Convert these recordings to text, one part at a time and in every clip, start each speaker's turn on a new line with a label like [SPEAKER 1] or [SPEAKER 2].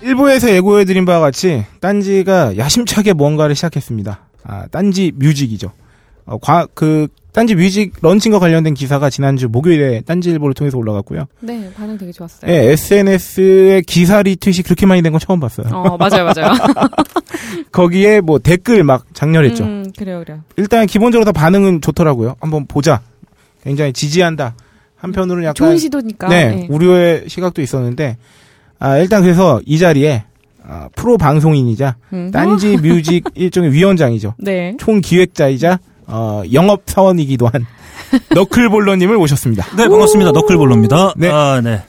[SPEAKER 1] 일부에서 예고해드린 바와 같이 딴지가 야심차게 뭔가를 시작했습니다. 아, 딴지 뮤직이죠. 어, 과, 그 딴지 뮤직 런칭과 관련된 기사가 지난주 목요일에 딴지일보를 통해서 올라갔고요.
[SPEAKER 2] 네, 반응 되게 좋았어요.
[SPEAKER 1] 예, SNS에 기사 리트윗이 그렇게 많이 된 건 처음 봤어요.
[SPEAKER 2] 어, 맞아요, 맞아요.
[SPEAKER 1] 거기에 뭐 댓글 막 장렬했죠.
[SPEAKER 2] 음, 그래요, 그래요.
[SPEAKER 1] 일단 기본적으로 다 반응은 좋더라고요. 한번 보자. 굉장히 지지한다. 한편으로는 약간
[SPEAKER 2] 좋은 시도니까.
[SPEAKER 1] 네, 우려의 시각도 있었는데 아, 일단 그래서 이 자리에 아, 프로 방송인이자
[SPEAKER 2] 음.
[SPEAKER 1] 딴지 뮤직 일종의 위원장이죠.
[SPEAKER 2] 네.
[SPEAKER 1] 총 기획자이자 어, 영업 사원이기도 한 너클볼러님을 모셨습니다.
[SPEAKER 3] 네, 반갑습니다. 너클볼로입니다.
[SPEAKER 1] 네.
[SPEAKER 3] 아, 네.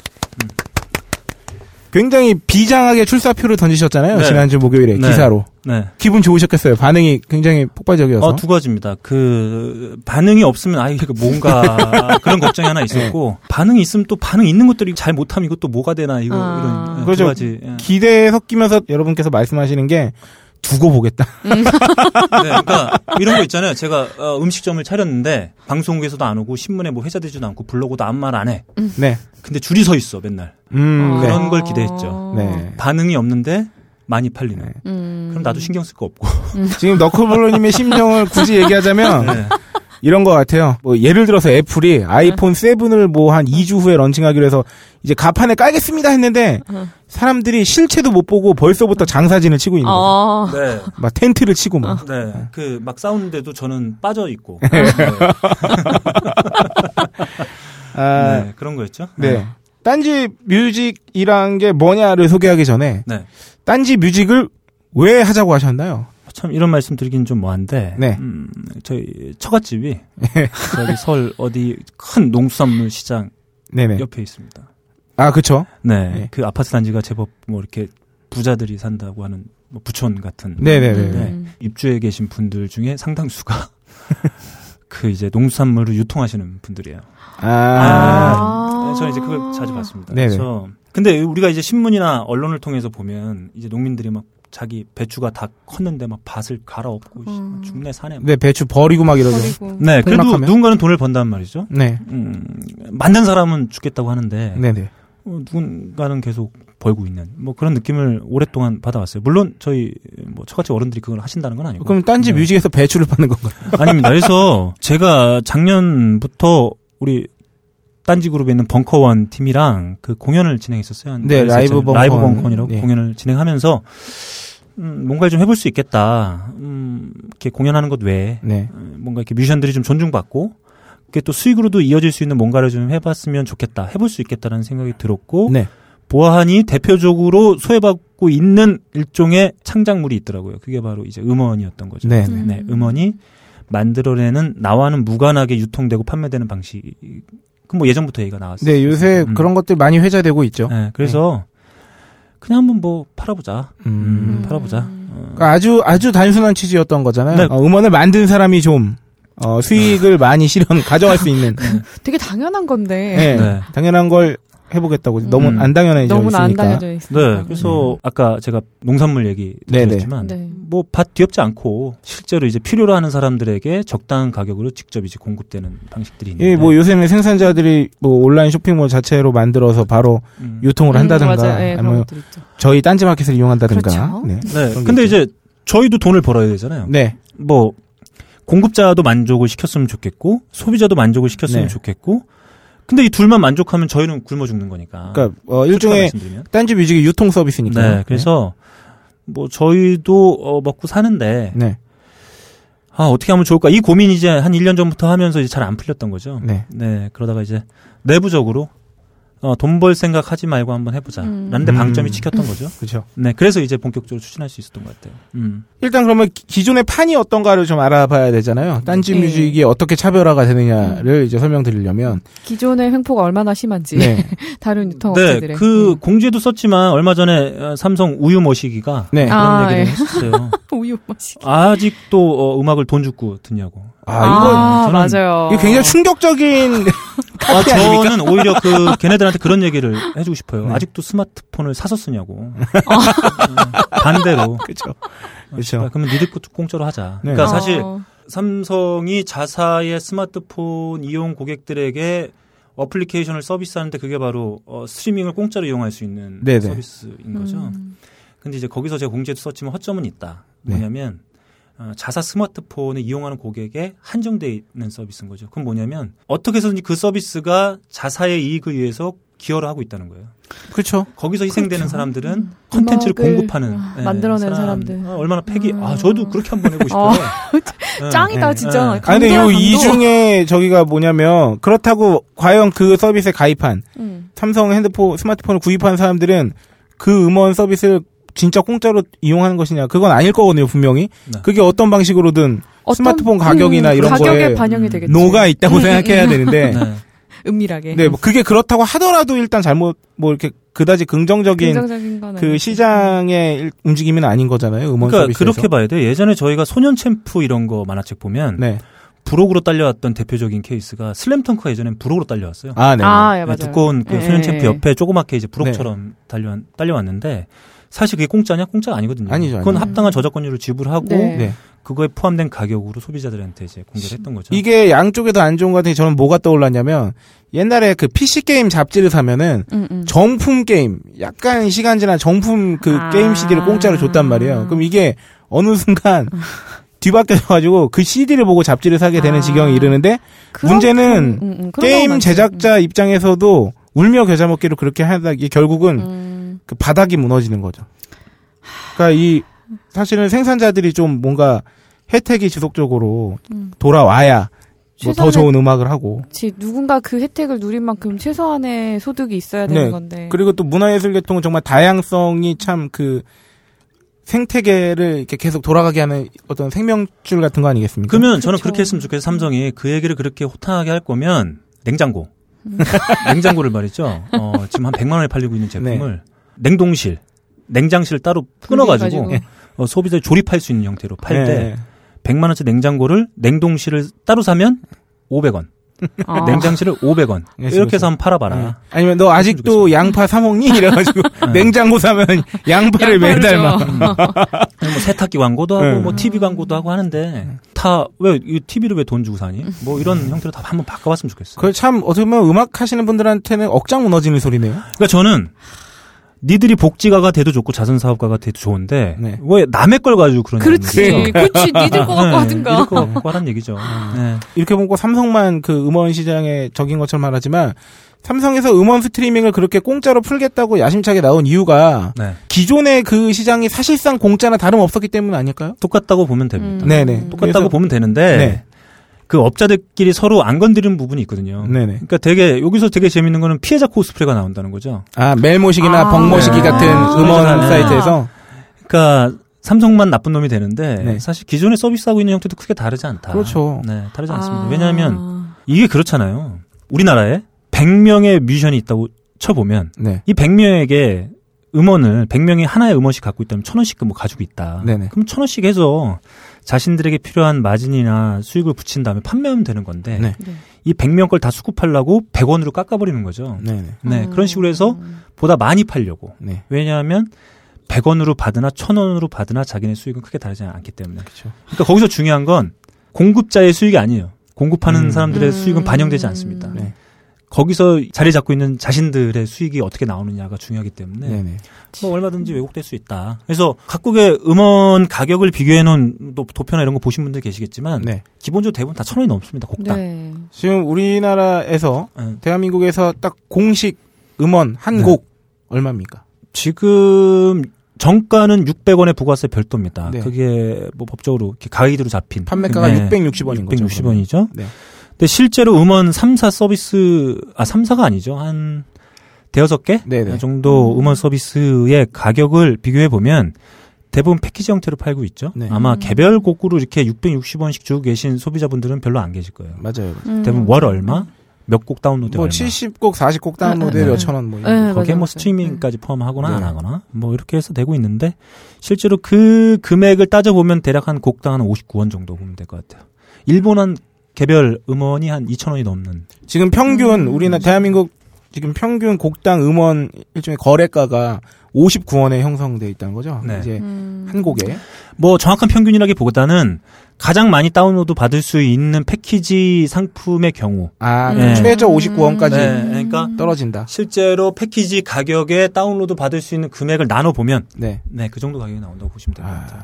[SPEAKER 1] 굉장히 비장하게 출사표를 던지셨잖아요.
[SPEAKER 3] 네.
[SPEAKER 1] 지난주 목요일에
[SPEAKER 3] 네.
[SPEAKER 1] 기사로
[SPEAKER 3] 네.
[SPEAKER 1] 기분 좋으셨겠어요. 반응이 굉장히 폭발적이어서.
[SPEAKER 3] 어, 두 가지입니다. 그, 반응이 없으면, 아, 이게 뭔가, 그런 걱정이 하나 있었고,
[SPEAKER 1] 네.
[SPEAKER 3] 반응이 있으면 또 반응 있는 것들이 잘 못하면 이것도 뭐가 되나, 이거,
[SPEAKER 2] 아.
[SPEAKER 3] 이런, 예,
[SPEAKER 1] 그렇죠.
[SPEAKER 3] 두 가지. 예.
[SPEAKER 1] 기대에 섞이면서 여러분께서 말씀하시는 게 두고 보겠다.
[SPEAKER 3] 네, 그러니까, 이런 거 있잖아요. 제가 어, 음식점을 차렸는데, 방송국에서도 안 오고, 신문에 뭐 회자되지도 않고, 블로그도 아무 말 안 해.
[SPEAKER 1] 네.
[SPEAKER 3] 근데 줄이 서 있어, 맨날.
[SPEAKER 1] 음,
[SPEAKER 2] 아.
[SPEAKER 1] 네.
[SPEAKER 3] 그런 걸
[SPEAKER 2] 어.
[SPEAKER 3] 기대했죠.
[SPEAKER 1] 네.
[SPEAKER 3] 반응이 없는데, 많이 팔리는.
[SPEAKER 1] 네.
[SPEAKER 2] 음.
[SPEAKER 3] 그럼 나도 신경 쓸 거 없고.
[SPEAKER 1] 지금 너클볼러님의 심정을 굳이 얘기하자면
[SPEAKER 3] 네.
[SPEAKER 1] 이런 것 같아요. 뭐 예를 들어서 애플이 아이폰 7을 뭐 한 2주 후에 런칭하기로 해서 이제 가판에 깔겠습니다 했는데
[SPEAKER 2] 어.
[SPEAKER 1] 사람들이 실체도 못 보고 벌써부터 장사진을 치고 있는 거죠.
[SPEAKER 2] 어.
[SPEAKER 3] 네.
[SPEAKER 1] 막 텐트를 치고 막.
[SPEAKER 3] 네. 그 막 싸우는데도 저는 빠져 있고. 네.
[SPEAKER 1] 아,
[SPEAKER 3] 네, 그런 거였죠.
[SPEAKER 1] 네. 딴지 뮤직이란 게 뭐냐를 소개하기 전에
[SPEAKER 3] 네.
[SPEAKER 1] 딴지 뮤직을 왜 하자고 하셨나요?
[SPEAKER 3] 참 이런 말씀 드리긴 좀 뭐한데.
[SPEAKER 1] 네.
[SPEAKER 3] 음, 저희 처갓집이 저기 서울 어디 큰 농수산물 시장
[SPEAKER 1] 네네.
[SPEAKER 3] 옆에 있습니다.
[SPEAKER 1] 아 그쵸.
[SPEAKER 3] 네.
[SPEAKER 1] 네.
[SPEAKER 3] 그 아파트 단지가 제법 뭐 이렇게 부자들이 산다고 하는 뭐 부촌 같은
[SPEAKER 1] 네네네.
[SPEAKER 3] 네.
[SPEAKER 2] 음.
[SPEAKER 3] 입주해 계신 분들 중에 상당수가 그 이제 농수산물을 유통하시는 분들이에요.
[SPEAKER 1] 아,
[SPEAKER 3] 네, 저는 이제 그걸 자주 봤습니다.
[SPEAKER 1] 네네.
[SPEAKER 3] 그래서 근데 우리가 이제 신문이나 언론을 통해서 보면 이제 농민들이 막 자기 배추가 다 컸는데 막 밭을 갈아엎고 씨,
[SPEAKER 2] 음.
[SPEAKER 3] 죽네 사네. 막.
[SPEAKER 1] 네 배추 버리고 막 이러죠.
[SPEAKER 2] 버리고.
[SPEAKER 3] 네, 그래도
[SPEAKER 1] 폭락하면?
[SPEAKER 3] 누군가는 돈을 번단 말이죠.
[SPEAKER 1] 네.
[SPEAKER 3] 음, 만든 사람은 죽겠다고 하는데
[SPEAKER 1] 네네.
[SPEAKER 3] 어, 누군가는 계속 벌고 있는 뭐 그런 느낌을 오랫동안 받아왔어요. 물론 저희 뭐 처갓집 어른들이 그걸 하신다는 건 아니고.
[SPEAKER 1] 그럼 딴지
[SPEAKER 3] 네.
[SPEAKER 1] 뮤직에서 배추를 파는 건가요?
[SPEAKER 3] 아닙니다. 그래서 제가 작년부터 우리 딴지 그룹에 있는 벙커원 팀이랑 그 공연을 진행했었어요.
[SPEAKER 1] 네,
[SPEAKER 3] 그래서
[SPEAKER 1] 라이브
[SPEAKER 3] 이제
[SPEAKER 1] 벙커원.
[SPEAKER 3] 라이브 벙커원이라고
[SPEAKER 1] 네.
[SPEAKER 3] 공연을 진행하면서 음, 뭔가를 좀 해볼 수 있겠다. 음, 이렇게 공연하는 것 외에
[SPEAKER 1] 네.
[SPEAKER 3] 음, 뭔가 이렇게 뮤지션들이 좀 존중받고 그게 또 수익으로도 이어질 수 있는 뭔가를 좀 해봤으면 좋겠다. 해볼 수 있겠다라는 생각이 들었고
[SPEAKER 1] 네.
[SPEAKER 3] 보아하니 대표적으로 소외받고 있는 일종의 창작물이 있더라고요. 그게 바로 이제 음원이었던 거죠.
[SPEAKER 1] 네.
[SPEAKER 2] 음.
[SPEAKER 3] 네, 음원이 만들어내는 나와는 무관하게 유통되고 판매되는 방식. 그뭐 예전부터 얘기가 나왔어요.
[SPEAKER 1] 네, 요새
[SPEAKER 3] 음.
[SPEAKER 1] 그런 것들 많이 회자되고 있죠.
[SPEAKER 3] 네, 그래서 그냥 한번 뭐 팔아보자. 음,
[SPEAKER 1] 음.
[SPEAKER 3] 팔아보자.
[SPEAKER 1] 그러니까 아주 아주 단순한 취지였던 거잖아요.
[SPEAKER 3] 네.
[SPEAKER 1] 어, 음원을 만든 사람이 좀 어, 수익을 많이 실현 가져갈 수 있는
[SPEAKER 2] 되게 당연한 건데.
[SPEAKER 1] 네,
[SPEAKER 3] 네.
[SPEAKER 1] 당연한 걸 해보겠다고 너무
[SPEAKER 3] 음.
[SPEAKER 1] 안 당연해져
[SPEAKER 2] 너무나 안
[SPEAKER 1] 있으니까.
[SPEAKER 2] 당겨져 있어.
[SPEAKER 3] 네, 그래서 아까 제가 농산물 얘기
[SPEAKER 1] 네네.
[SPEAKER 3] 드렸지만
[SPEAKER 2] 네.
[SPEAKER 3] 뭐 밭 뒤엎지 않고 실제로 이제 필요로 하는 사람들에게 적당한 가격으로 직접 이제 공급되는 방식들이 있는데
[SPEAKER 1] 예, 뭐 요새는 생산자들이 뭐 온라인 쇼핑몰 자체로 만들어서 바로
[SPEAKER 3] 음.
[SPEAKER 1] 유통을 한다든가
[SPEAKER 2] 맞아요. 네, 그런
[SPEAKER 1] 아니면
[SPEAKER 2] 것들 있죠.
[SPEAKER 1] 저희 딴지마켓을 이용한다든가.
[SPEAKER 2] 그렇죠.
[SPEAKER 1] 네.
[SPEAKER 3] 네,
[SPEAKER 1] 그런
[SPEAKER 3] 근데
[SPEAKER 1] 게
[SPEAKER 3] 이제 저희도 돈을 벌어야 되잖아요.
[SPEAKER 1] 네.
[SPEAKER 3] 뭐 공급자도 만족을 시켰으면 좋겠고 소비자도 만족을 시켰으면
[SPEAKER 1] 네.
[SPEAKER 3] 좋겠고 근데 이 둘만 만족하면 저희는 굶어 죽는 거니까.
[SPEAKER 1] 그러니까 어,
[SPEAKER 3] 솔직히
[SPEAKER 1] 일종의
[SPEAKER 3] 말씀드리면.
[SPEAKER 1] 딴지 뮤직의 유통 서비스니까.
[SPEAKER 3] 네, 그래서 뭐 저희도 어, 먹고 사는데
[SPEAKER 1] 네.
[SPEAKER 3] 아 어떻게 하면 좋을까 이 고민 이제 한 1년 전부터 하면서 이제 잘 안 풀렸던 거죠.
[SPEAKER 1] 네. 네.
[SPEAKER 3] 네, 그러다가 이제 내부적으로 어, 돈 벌 생각 하지 말고 한번 해보자.
[SPEAKER 2] 음.
[SPEAKER 3] 라는데
[SPEAKER 1] 음.
[SPEAKER 3] 방점이 찍혔던 거죠.
[SPEAKER 1] 그렇죠.
[SPEAKER 3] 네, 그래서 이제 본격적으로 추진할 수 있었던 것 같아요. 음.
[SPEAKER 1] 일단 그러면 기- 기존의 판이 어떤가를 좀 알아봐야 되잖아요. 딴지
[SPEAKER 2] 네.
[SPEAKER 1] 뮤직이 어떻게 차별화가 되느냐를 이제 설명드리려면
[SPEAKER 2] 기존의 횡포가 얼마나 심한지
[SPEAKER 1] 네.
[SPEAKER 2] 다른
[SPEAKER 3] 네,
[SPEAKER 2] 유통업체들의.
[SPEAKER 3] 그 공지에도 썼지만 얼마 전에 어, 삼성 우유 머시기가
[SPEAKER 1] 네.
[SPEAKER 3] 그런
[SPEAKER 1] 아,
[SPEAKER 2] 아,
[SPEAKER 3] 얘기를
[SPEAKER 2] 예.
[SPEAKER 3] 했었어요.
[SPEAKER 2] 우유 맛이.
[SPEAKER 3] 아직도 어, 음악을 돈 주고 듣냐고.
[SPEAKER 1] 이거
[SPEAKER 2] 아,
[SPEAKER 3] 저는-
[SPEAKER 2] 맞아요.
[SPEAKER 1] 이거 굉장히 충격적인
[SPEAKER 3] 아, 저는 오히려 그 걔네들한테 그런 얘기를 해주고 싶어요.
[SPEAKER 1] 네.
[SPEAKER 3] 아직도 스마트폰을 사서 쓰냐고. 어, 반대로.
[SPEAKER 1] 그렇죠.
[SPEAKER 3] 어,
[SPEAKER 1] 그쵸.
[SPEAKER 3] 씨발, 그러면 니들 것도 공짜로 하자.
[SPEAKER 1] 네.
[SPEAKER 3] 그러니까
[SPEAKER 1] 어.
[SPEAKER 3] 사실
[SPEAKER 2] 어,
[SPEAKER 3] 삼성이 자사의 스마트폰 이용 고객들에게 어플리케이션을 서비스하는데 그게 바로 어, 스트리밍을 공짜로 이용할 수 있는
[SPEAKER 1] 네네.
[SPEAKER 3] 서비스인 거죠.
[SPEAKER 2] 음.
[SPEAKER 3] 근데 이제 거기서 제가 공지에도 썼지만 허점은 있다.
[SPEAKER 1] 네.
[SPEAKER 3] 뭐냐면 어, 자사 스마트폰을 이용하는 고객에 한정돼 있는 서비스인 거죠. 그건 뭐냐면 어떻게 해서든지 그 서비스가 자사의 이익을 위해서 기여를 하고 있다는 거예요.
[SPEAKER 1] 그렇죠.
[SPEAKER 3] 거기서 희생되는
[SPEAKER 1] 그렇죠.
[SPEAKER 3] 사람들은 컨텐츠를
[SPEAKER 2] 음악을 아,
[SPEAKER 3] 공급하는 예,
[SPEAKER 2] 만들어낸 사람들.
[SPEAKER 3] 아, 얼마나 패기
[SPEAKER 2] 음.
[SPEAKER 3] 아 저도 그렇게 한번 해보고 싶어요.
[SPEAKER 2] 아,
[SPEAKER 3] 예,
[SPEAKER 2] 짱이다
[SPEAKER 3] 예,
[SPEAKER 2] 진짜.
[SPEAKER 3] 예.
[SPEAKER 1] 아니 근데
[SPEAKER 2] 강도야,
[SPEAKER 1] 요이
[SPEAKER 2] 강도.
[SPEAKER 1] 중에 저기가 뭐냐면 그렇다고 과연 그 서비스에 가입한
[SPEAKER 2] 음.
[SPEAKER 1] 삼성 핸드폰 스마트폰을 구입한 사람들은 그 음원 서비스를 진짜 공짜로 이용하는 것이냐 그건 아닐 거거든요 분명히
[SPEAKER 3] 네.
[SPEAKER 1] 그게 어떤 방식으로든
[SPEAKER 2] 어떤-
[SPEAKER 1] 스마트폰 가격이나 이런
[SPEAKER 2] 가격에
[SPEAKER 1] 거에
[SPEAKER 2] 반영이
[SPEAKER 3] 음,
[SPEAKER 2] 되겠지.
[SPEAKER 1] 노가 있다고
[SPEAKER 2] 음, 음,
[SPEAKER 1] 생각해야 되는데
[SPEAKER 3] 네.
[SPEAKER 2] 은밀하게.
[SPEAKER 1] 네, 뭐 그게 그렇다고 하더라도 일단 잘못 뭐 이렇게 그다지 긍정적인
[SPEAKER 2] 긍정적인 건
[SPEAKER 1] 그
[SPEAKER 2] 아니지.
[SPEAKER 1] 시장의 일- 움직임은 아닌 거잖아요. 음원
[SPEAKER 3] 그러니까
[SPEAKER 1] 서비스에서.
[SPEAKER 3] 그렇게 봐야 돼. 예전에 저희가 소년 챔프 이런 거 만화책 보면
[SPEAKER 1] 네.
[SPEAKER 3] 부록으로 딸려왔던 대표적인 케이스가 슬램덩크가 예전엔 부록으로 딸려왔어요.
[SPEAKER 1] 아, 네.
[SPEAKER 2] 아, 예,
[SPEAKER 3] 네,
[SPEAKER 2] 맞아요.
[SPEAKER 3] 두꺼운 그
[SPEAKER 2] 예,
[SPEAKER 3] 소년
[SPEAKER 2] 예,
[SPEAKER 3] 챔프
[SPEAKER 2] 예.
[SPEAKER 3] 옆에 조그맣게 이제 부록처럼 달려 딸려왔는데 사실 그게 공짜냐? 공짜가 아니거든요.
[SPEAKER 1] 아니죠,
[SPEAKER 3] 그건
[SPEAKER 2] 아니죠.
[SPEAKER 3] 합당한 저작권료를 지불하고
[SPEAKER 2] 네.
[SPEAKER 1] 네.
[SPEAKER 3] 그거에 포함된 가격으로 소비자들한테 이제 공개를 했던 거죠.
[SPEAKER 1] 이게 양쪽에도 안 좋은 것 같은 게 저는 뭐가 떠올랐냐면 옛날에 그 PC 게임 잡지를 사면은
[SPEAKER 2] 음, 음.
[SPEAKER 1] 정품 게임, 약간 시간 지난 정품 그
[SPEAKER 2] 아.
[SPEAKER 1] 게임 CD를 공짜로 줬단 말이에요. 그럼 이게 어느 순간 뒤바뀌어가지고 그 CD를 보고 잡지를 사게 되는
[SPEAKER 2] 아.
[SPEAKER 1] 지경에 이르는데
[SPEAKER 2] 그런-
[SPEAKER 1] 문제는
[SPEAKER 2] 음, 음, 그런 경우
[SPEAKER 1] 게임
[SPEAKER 2] 많지.
[SPEAKER 1] 제작자 입장에서도 울며 겨자 먹기로 그렇게 하다 이게 결국은
[SPEAKER 2] 음.
[SPEAKER 1] 그 바닥이 무너지는 거죠. 그러니까 이 사실은 생산자들이 좀 뭔가 혜택이 지속적으로
[SPEAKER 2] 음.
[SPEAKER 1] 돌아와야 뭐 더
[SPEAKER 2] 최선의-
[SPEAKER 1] 좋은 음악을 하고
[SPEAKER 2] 그치, 누군가 그 혜택을 누린 만큼 최소한의 소득이 있어야 되는
[SPEAKER 1] 네.
[SPEAKER 2] 건데.
[SPEAKER 1] 그리고 또 문화예술 계통은 정말 다양성이 참 그 생태계를 이렇게 계속 돌아가게 하는 어떤 생명줄 같은 거 아니겠습니까?
[SPEAKER 3] 그러면 저는
[SPEAKER 2] 그렇죠.
[SPEAKER 3] 그렇게 했으면 좋겠어요. 삼성이 그 얘기를 그렇게 호탕하게 할 거면 냉장고, 냉장고를 말이죠. 어, 지금 한 100만 원에 팔리고 있는 제품을 냉동실, 냉장실 따로 끊어가지고
[SPEAKER 1] 예.
[SPEAKER 2] 분리해가지고.
[SPEAKER 3] 어, 소비자 조립할 수 있는 형태로 팔 때
[SPEAKER 1] 네.
[SPEAKER 3] 100만 원짜리 냉장고를 냉동실을 따로 사면 500원,
[SPEAKER 2] 아.
[SPEAKER 3] 냉장실을 500원
[SPEAKER 1] 예,
[SPEAKER 3] 이렇게
[SPEAKER 1] 그렇죠.
[SPEAKER 3] 해서 한번 팔아봐라.
[SPEAKER 1] 아니면 너 아직도 양파 사 먹니? 이래가지고 냉장고 사면 양파를 매달 막
[SPEAKER 2] 양파를
[SPEAKER 3] 뭐 세탁기 광고도 하고
[SPEAKER 1] 네.
[SPEAKER 3] 뭐 TV 광고도 하고 하는데 다 왜 TV를 왜 돈 주고 사니? 뭐 이런 형태로 다 한번 바꿔봤으면 좋겠어요.
[SPEAKER 1] 그걸 참 어떻게 보면 음악 하시는 분들한테는 억장 무너지는 소리네요.
[SPEAKER 3] 그러니까 저는 니들이 복지가가 돼도 좋고 자선 사업가가 돼도 좋은데
[SPEAKER 1] 네.
[SPEAKER 3] 왜 남의 걸 가지고 그러냐?
[SPEAKER 2] 그렇지. 그렇지. 니들 거 갖고 하든가.
[SPEAKER 3] 이럴 거 갖고 하란 얘기죠. 네.
[SPEAKER 1] 이렇게 보고 삼성만 그 음원 시장에 적인 것처럼 말하지만 삼성에서 음원 스트리밍을 그렇게 공짜로 풀겠다고 야심차게 나온 이유가
[SPEAKER 3] 네.
[SPEAKER 1] 기존의 그 시장이 사실상 공짜나 다름없었기 때문 아닐까요?
[SPEAKER 3] 똑같다고 보면 됩니다.
[SPEAKER 2] 음.
[SPEAKER 1] 네네.
[SPEAKER 3] 똑같다고 보면 되는데
[SPEAKER 1] 네.
[SPEAKER 3] 그 업자들끼리 서로 안 건드리는 부분이 있거든요.
[SPEAKER 1] 네네.
[SPEAKER 3] 그러니까 되게 여기서 되게 재밌는 거는 피해자 코스프레가 나온다는 거죠.
[SPEAKER 1] 아, 멜모식이나
[SPEAKER 2] 아.
[SPEAKER 1] 벙모식이
[SPEAKER 3] 네.
[SPEAKER 1] 같은 음원
[SPEAKER 3] 네.
[SPEAKER 1] 사이트에서
[SPEAKER 3] 그러니까 삼성만 나쁜 놈이 되는데
[SPEAKER 1] 네.
[SPEAKER 3] 사실 기존에 서비스하고 있는 형태도 크게 다르지 않다.
[SPEAKER 1] 그렇죠.
[SPEAKER 3] 네, 다르지 않습니다.
[SPEAKER 2] 아.
[SPEAKER 3] 왜냐하면 이게 그렇잖아요. 우리나라에 100명의 뮤지션이 있다고 쳐보면
[SPEAKER 1] 네.
[SPEAKER 3] 이 100명에게 음원을 100명이 하나의 음원씩 갖고 있다면 천 원씩은 뭐 가지고 있다.
[SPEAKER 1] 네네.
[SPEAKER 3] 그럼 천 원씩 해서 자신들에게 필요한 마진이나 수익을 붙인 다음에 판매하면 되는 건데
[SPEAKER 1] 네.
[SPEAKER 2] 네.
[SPEAKER 3] 이 100명 걸 다 수급하려고 100원으로 깎아버리는 거죠.
[SPEAKER 1] 네네.
[SPEAKER 3] 네,
[SPEAKER 2] 음.
[SPEAKER 3] 그런 식으로 해서 보다 많이 팔려고.
[SPEAKER 1] 네.
[SPEAKER 3] 왜냐하면 100원으로 받으나 1000원으로 받으나 자기네 수익은 크게 다르지 않기 때문에.
[SPEAKER 1] 그렇죠.
[SPEAKER 3] 그러니까 거기서 중요한 건 공급자의 수익이 아니에요. 공급하는
[SPEAKER 1] 음.
[SPEAKER 3] 사람들의
[SPEAKER 2] 음.
[SPEAKER 3] 수익은 반영되지 않습니다.
[SPEAKER 1] 네.
[SPEAKER 3] 거기서 자리 잡고 있는 자신들의 수익이 어떻게 나오느냐가 중요하기 때문에
[SPEAKER 1] 네. 네
[SPEAKER 3] 뭐 얼마든지 왜곡될 수 있다. 그래서 각국의 음원 가격을 비교해 놓은 도- 도표나 이런 거 보신 분들 계시겠지만
[SPEAKER 1] 네.
[SPEAKER 3] 기본적으로 대부분 다 천 원이 넘습니다. 곡당.
[SPEAKER 2] 네.
[SPEAKER 1] 지금 우리나라에서
[SPEAKER 3] 예.
[SPEAKER 1] 대한민국에서 딱 공식 음원 한
[SPEAKER 3] 네.
[SPEAKER 1] 곡 얼마입니까?
[SPEAKER 3] 지금 정가는 600원에 부가세 별도입니다.
[SPEAKER 1] 네.
[SPEAKER 3] 그게 뭐 법적으로 이렇게 가이드로 잡힌
[SPEAKER 1] 판매가가
[SPEAKER 3] 네.
[SPEAKER 1] 660원인 거죠.
[SPEAKER 3] 660원이죠.
[SPEAKER 1] 네.
[SPEAKER 3] 근데 실제로 음원 3사 서비스 아 3사가 아니죠. 한 대여섯 개그
[SPEAKER 1] 네네.
[SPEAKER 3] 정도 음원 서비스의 가격을 비교해 보면 대부분 패키지 형태로 팔고 있죠.
[SPEAKER 1] 네.
[SPEAKER 3] 아마
[SPEAKER 2] 음.
[SPEAKER 3] 개별 곡으로 이렇게 660원씩 주고 계신 소비자분들은 별로 안 계실 거예요.
[SPEAKER 1] 맞아요.
[SPEAKER 2] 음.
[SPEAKER 3] 대부분 월 얼마, 몇 곡 다운로드
[SPEAKER 1] 뭐
[SPEAKER 3] 얼마.
[SPEAKER 1] 70곡, 40곡 다운로드
[SPEAKER 2] 네, 네.
[SPEAKER 1] 몇천 원뭐 이런
[SPEAKER 2] 네,
[SPEAKER 3] 거기에
[SPEAKER 2] 맞아요, 맞아요.
[SPEAKER 3] 뭐 스트리밍까지 포함하거나
[SPEAKER 1] 네.
[SPEAKER 3] 안 하거나 뭐 이렇게 해서 되고 있는데 실제로 그 금액을 따져 보면 대략 한 곡당 한 59원 정도 보면 될 것 같아요. 일본 한 개별 음원이 한 2천 원이 넘는.
[SPEAKER 1] 지금 평균
[SPEAKER 2] 음.
[SPEAKER 1] 우리나라 대한민국 지금 평균 곡당 음원 일종의 거래가가 59원에 형성돼 있다는 거죠.
[SPEAKER 3] 네.
[SPEAKER 1] 이제
[SPEAKER 2] 음.
[SPEAKER 1] 예. 한 곡에
[SPEAKER 3] 뭐 정확한 평균이라기보다는 가장 많이 다운로드 받을 수 있는 패키지 상품의 경우
[SPEAKER 1] 아,
[SPEAKER 3] 네.
[SPEAKER 1] 최저 59원까지
[SPEAKER 3] 네, 그러니까
[SPEAKER 2] 음.
[SPEAKER 1] 떨어진다.
[SPEAKER 3] 실제로 패키지 가격에 다운로드 받을 수 있는 금액을 나눠 보면
[SPEAKER 1] 네.
[SPEAKER 3] 네 그 정도 가격이 나온다고 보시면 될 것
[SPEAKER 1] 아.
[SPEAKER 3] 같아요.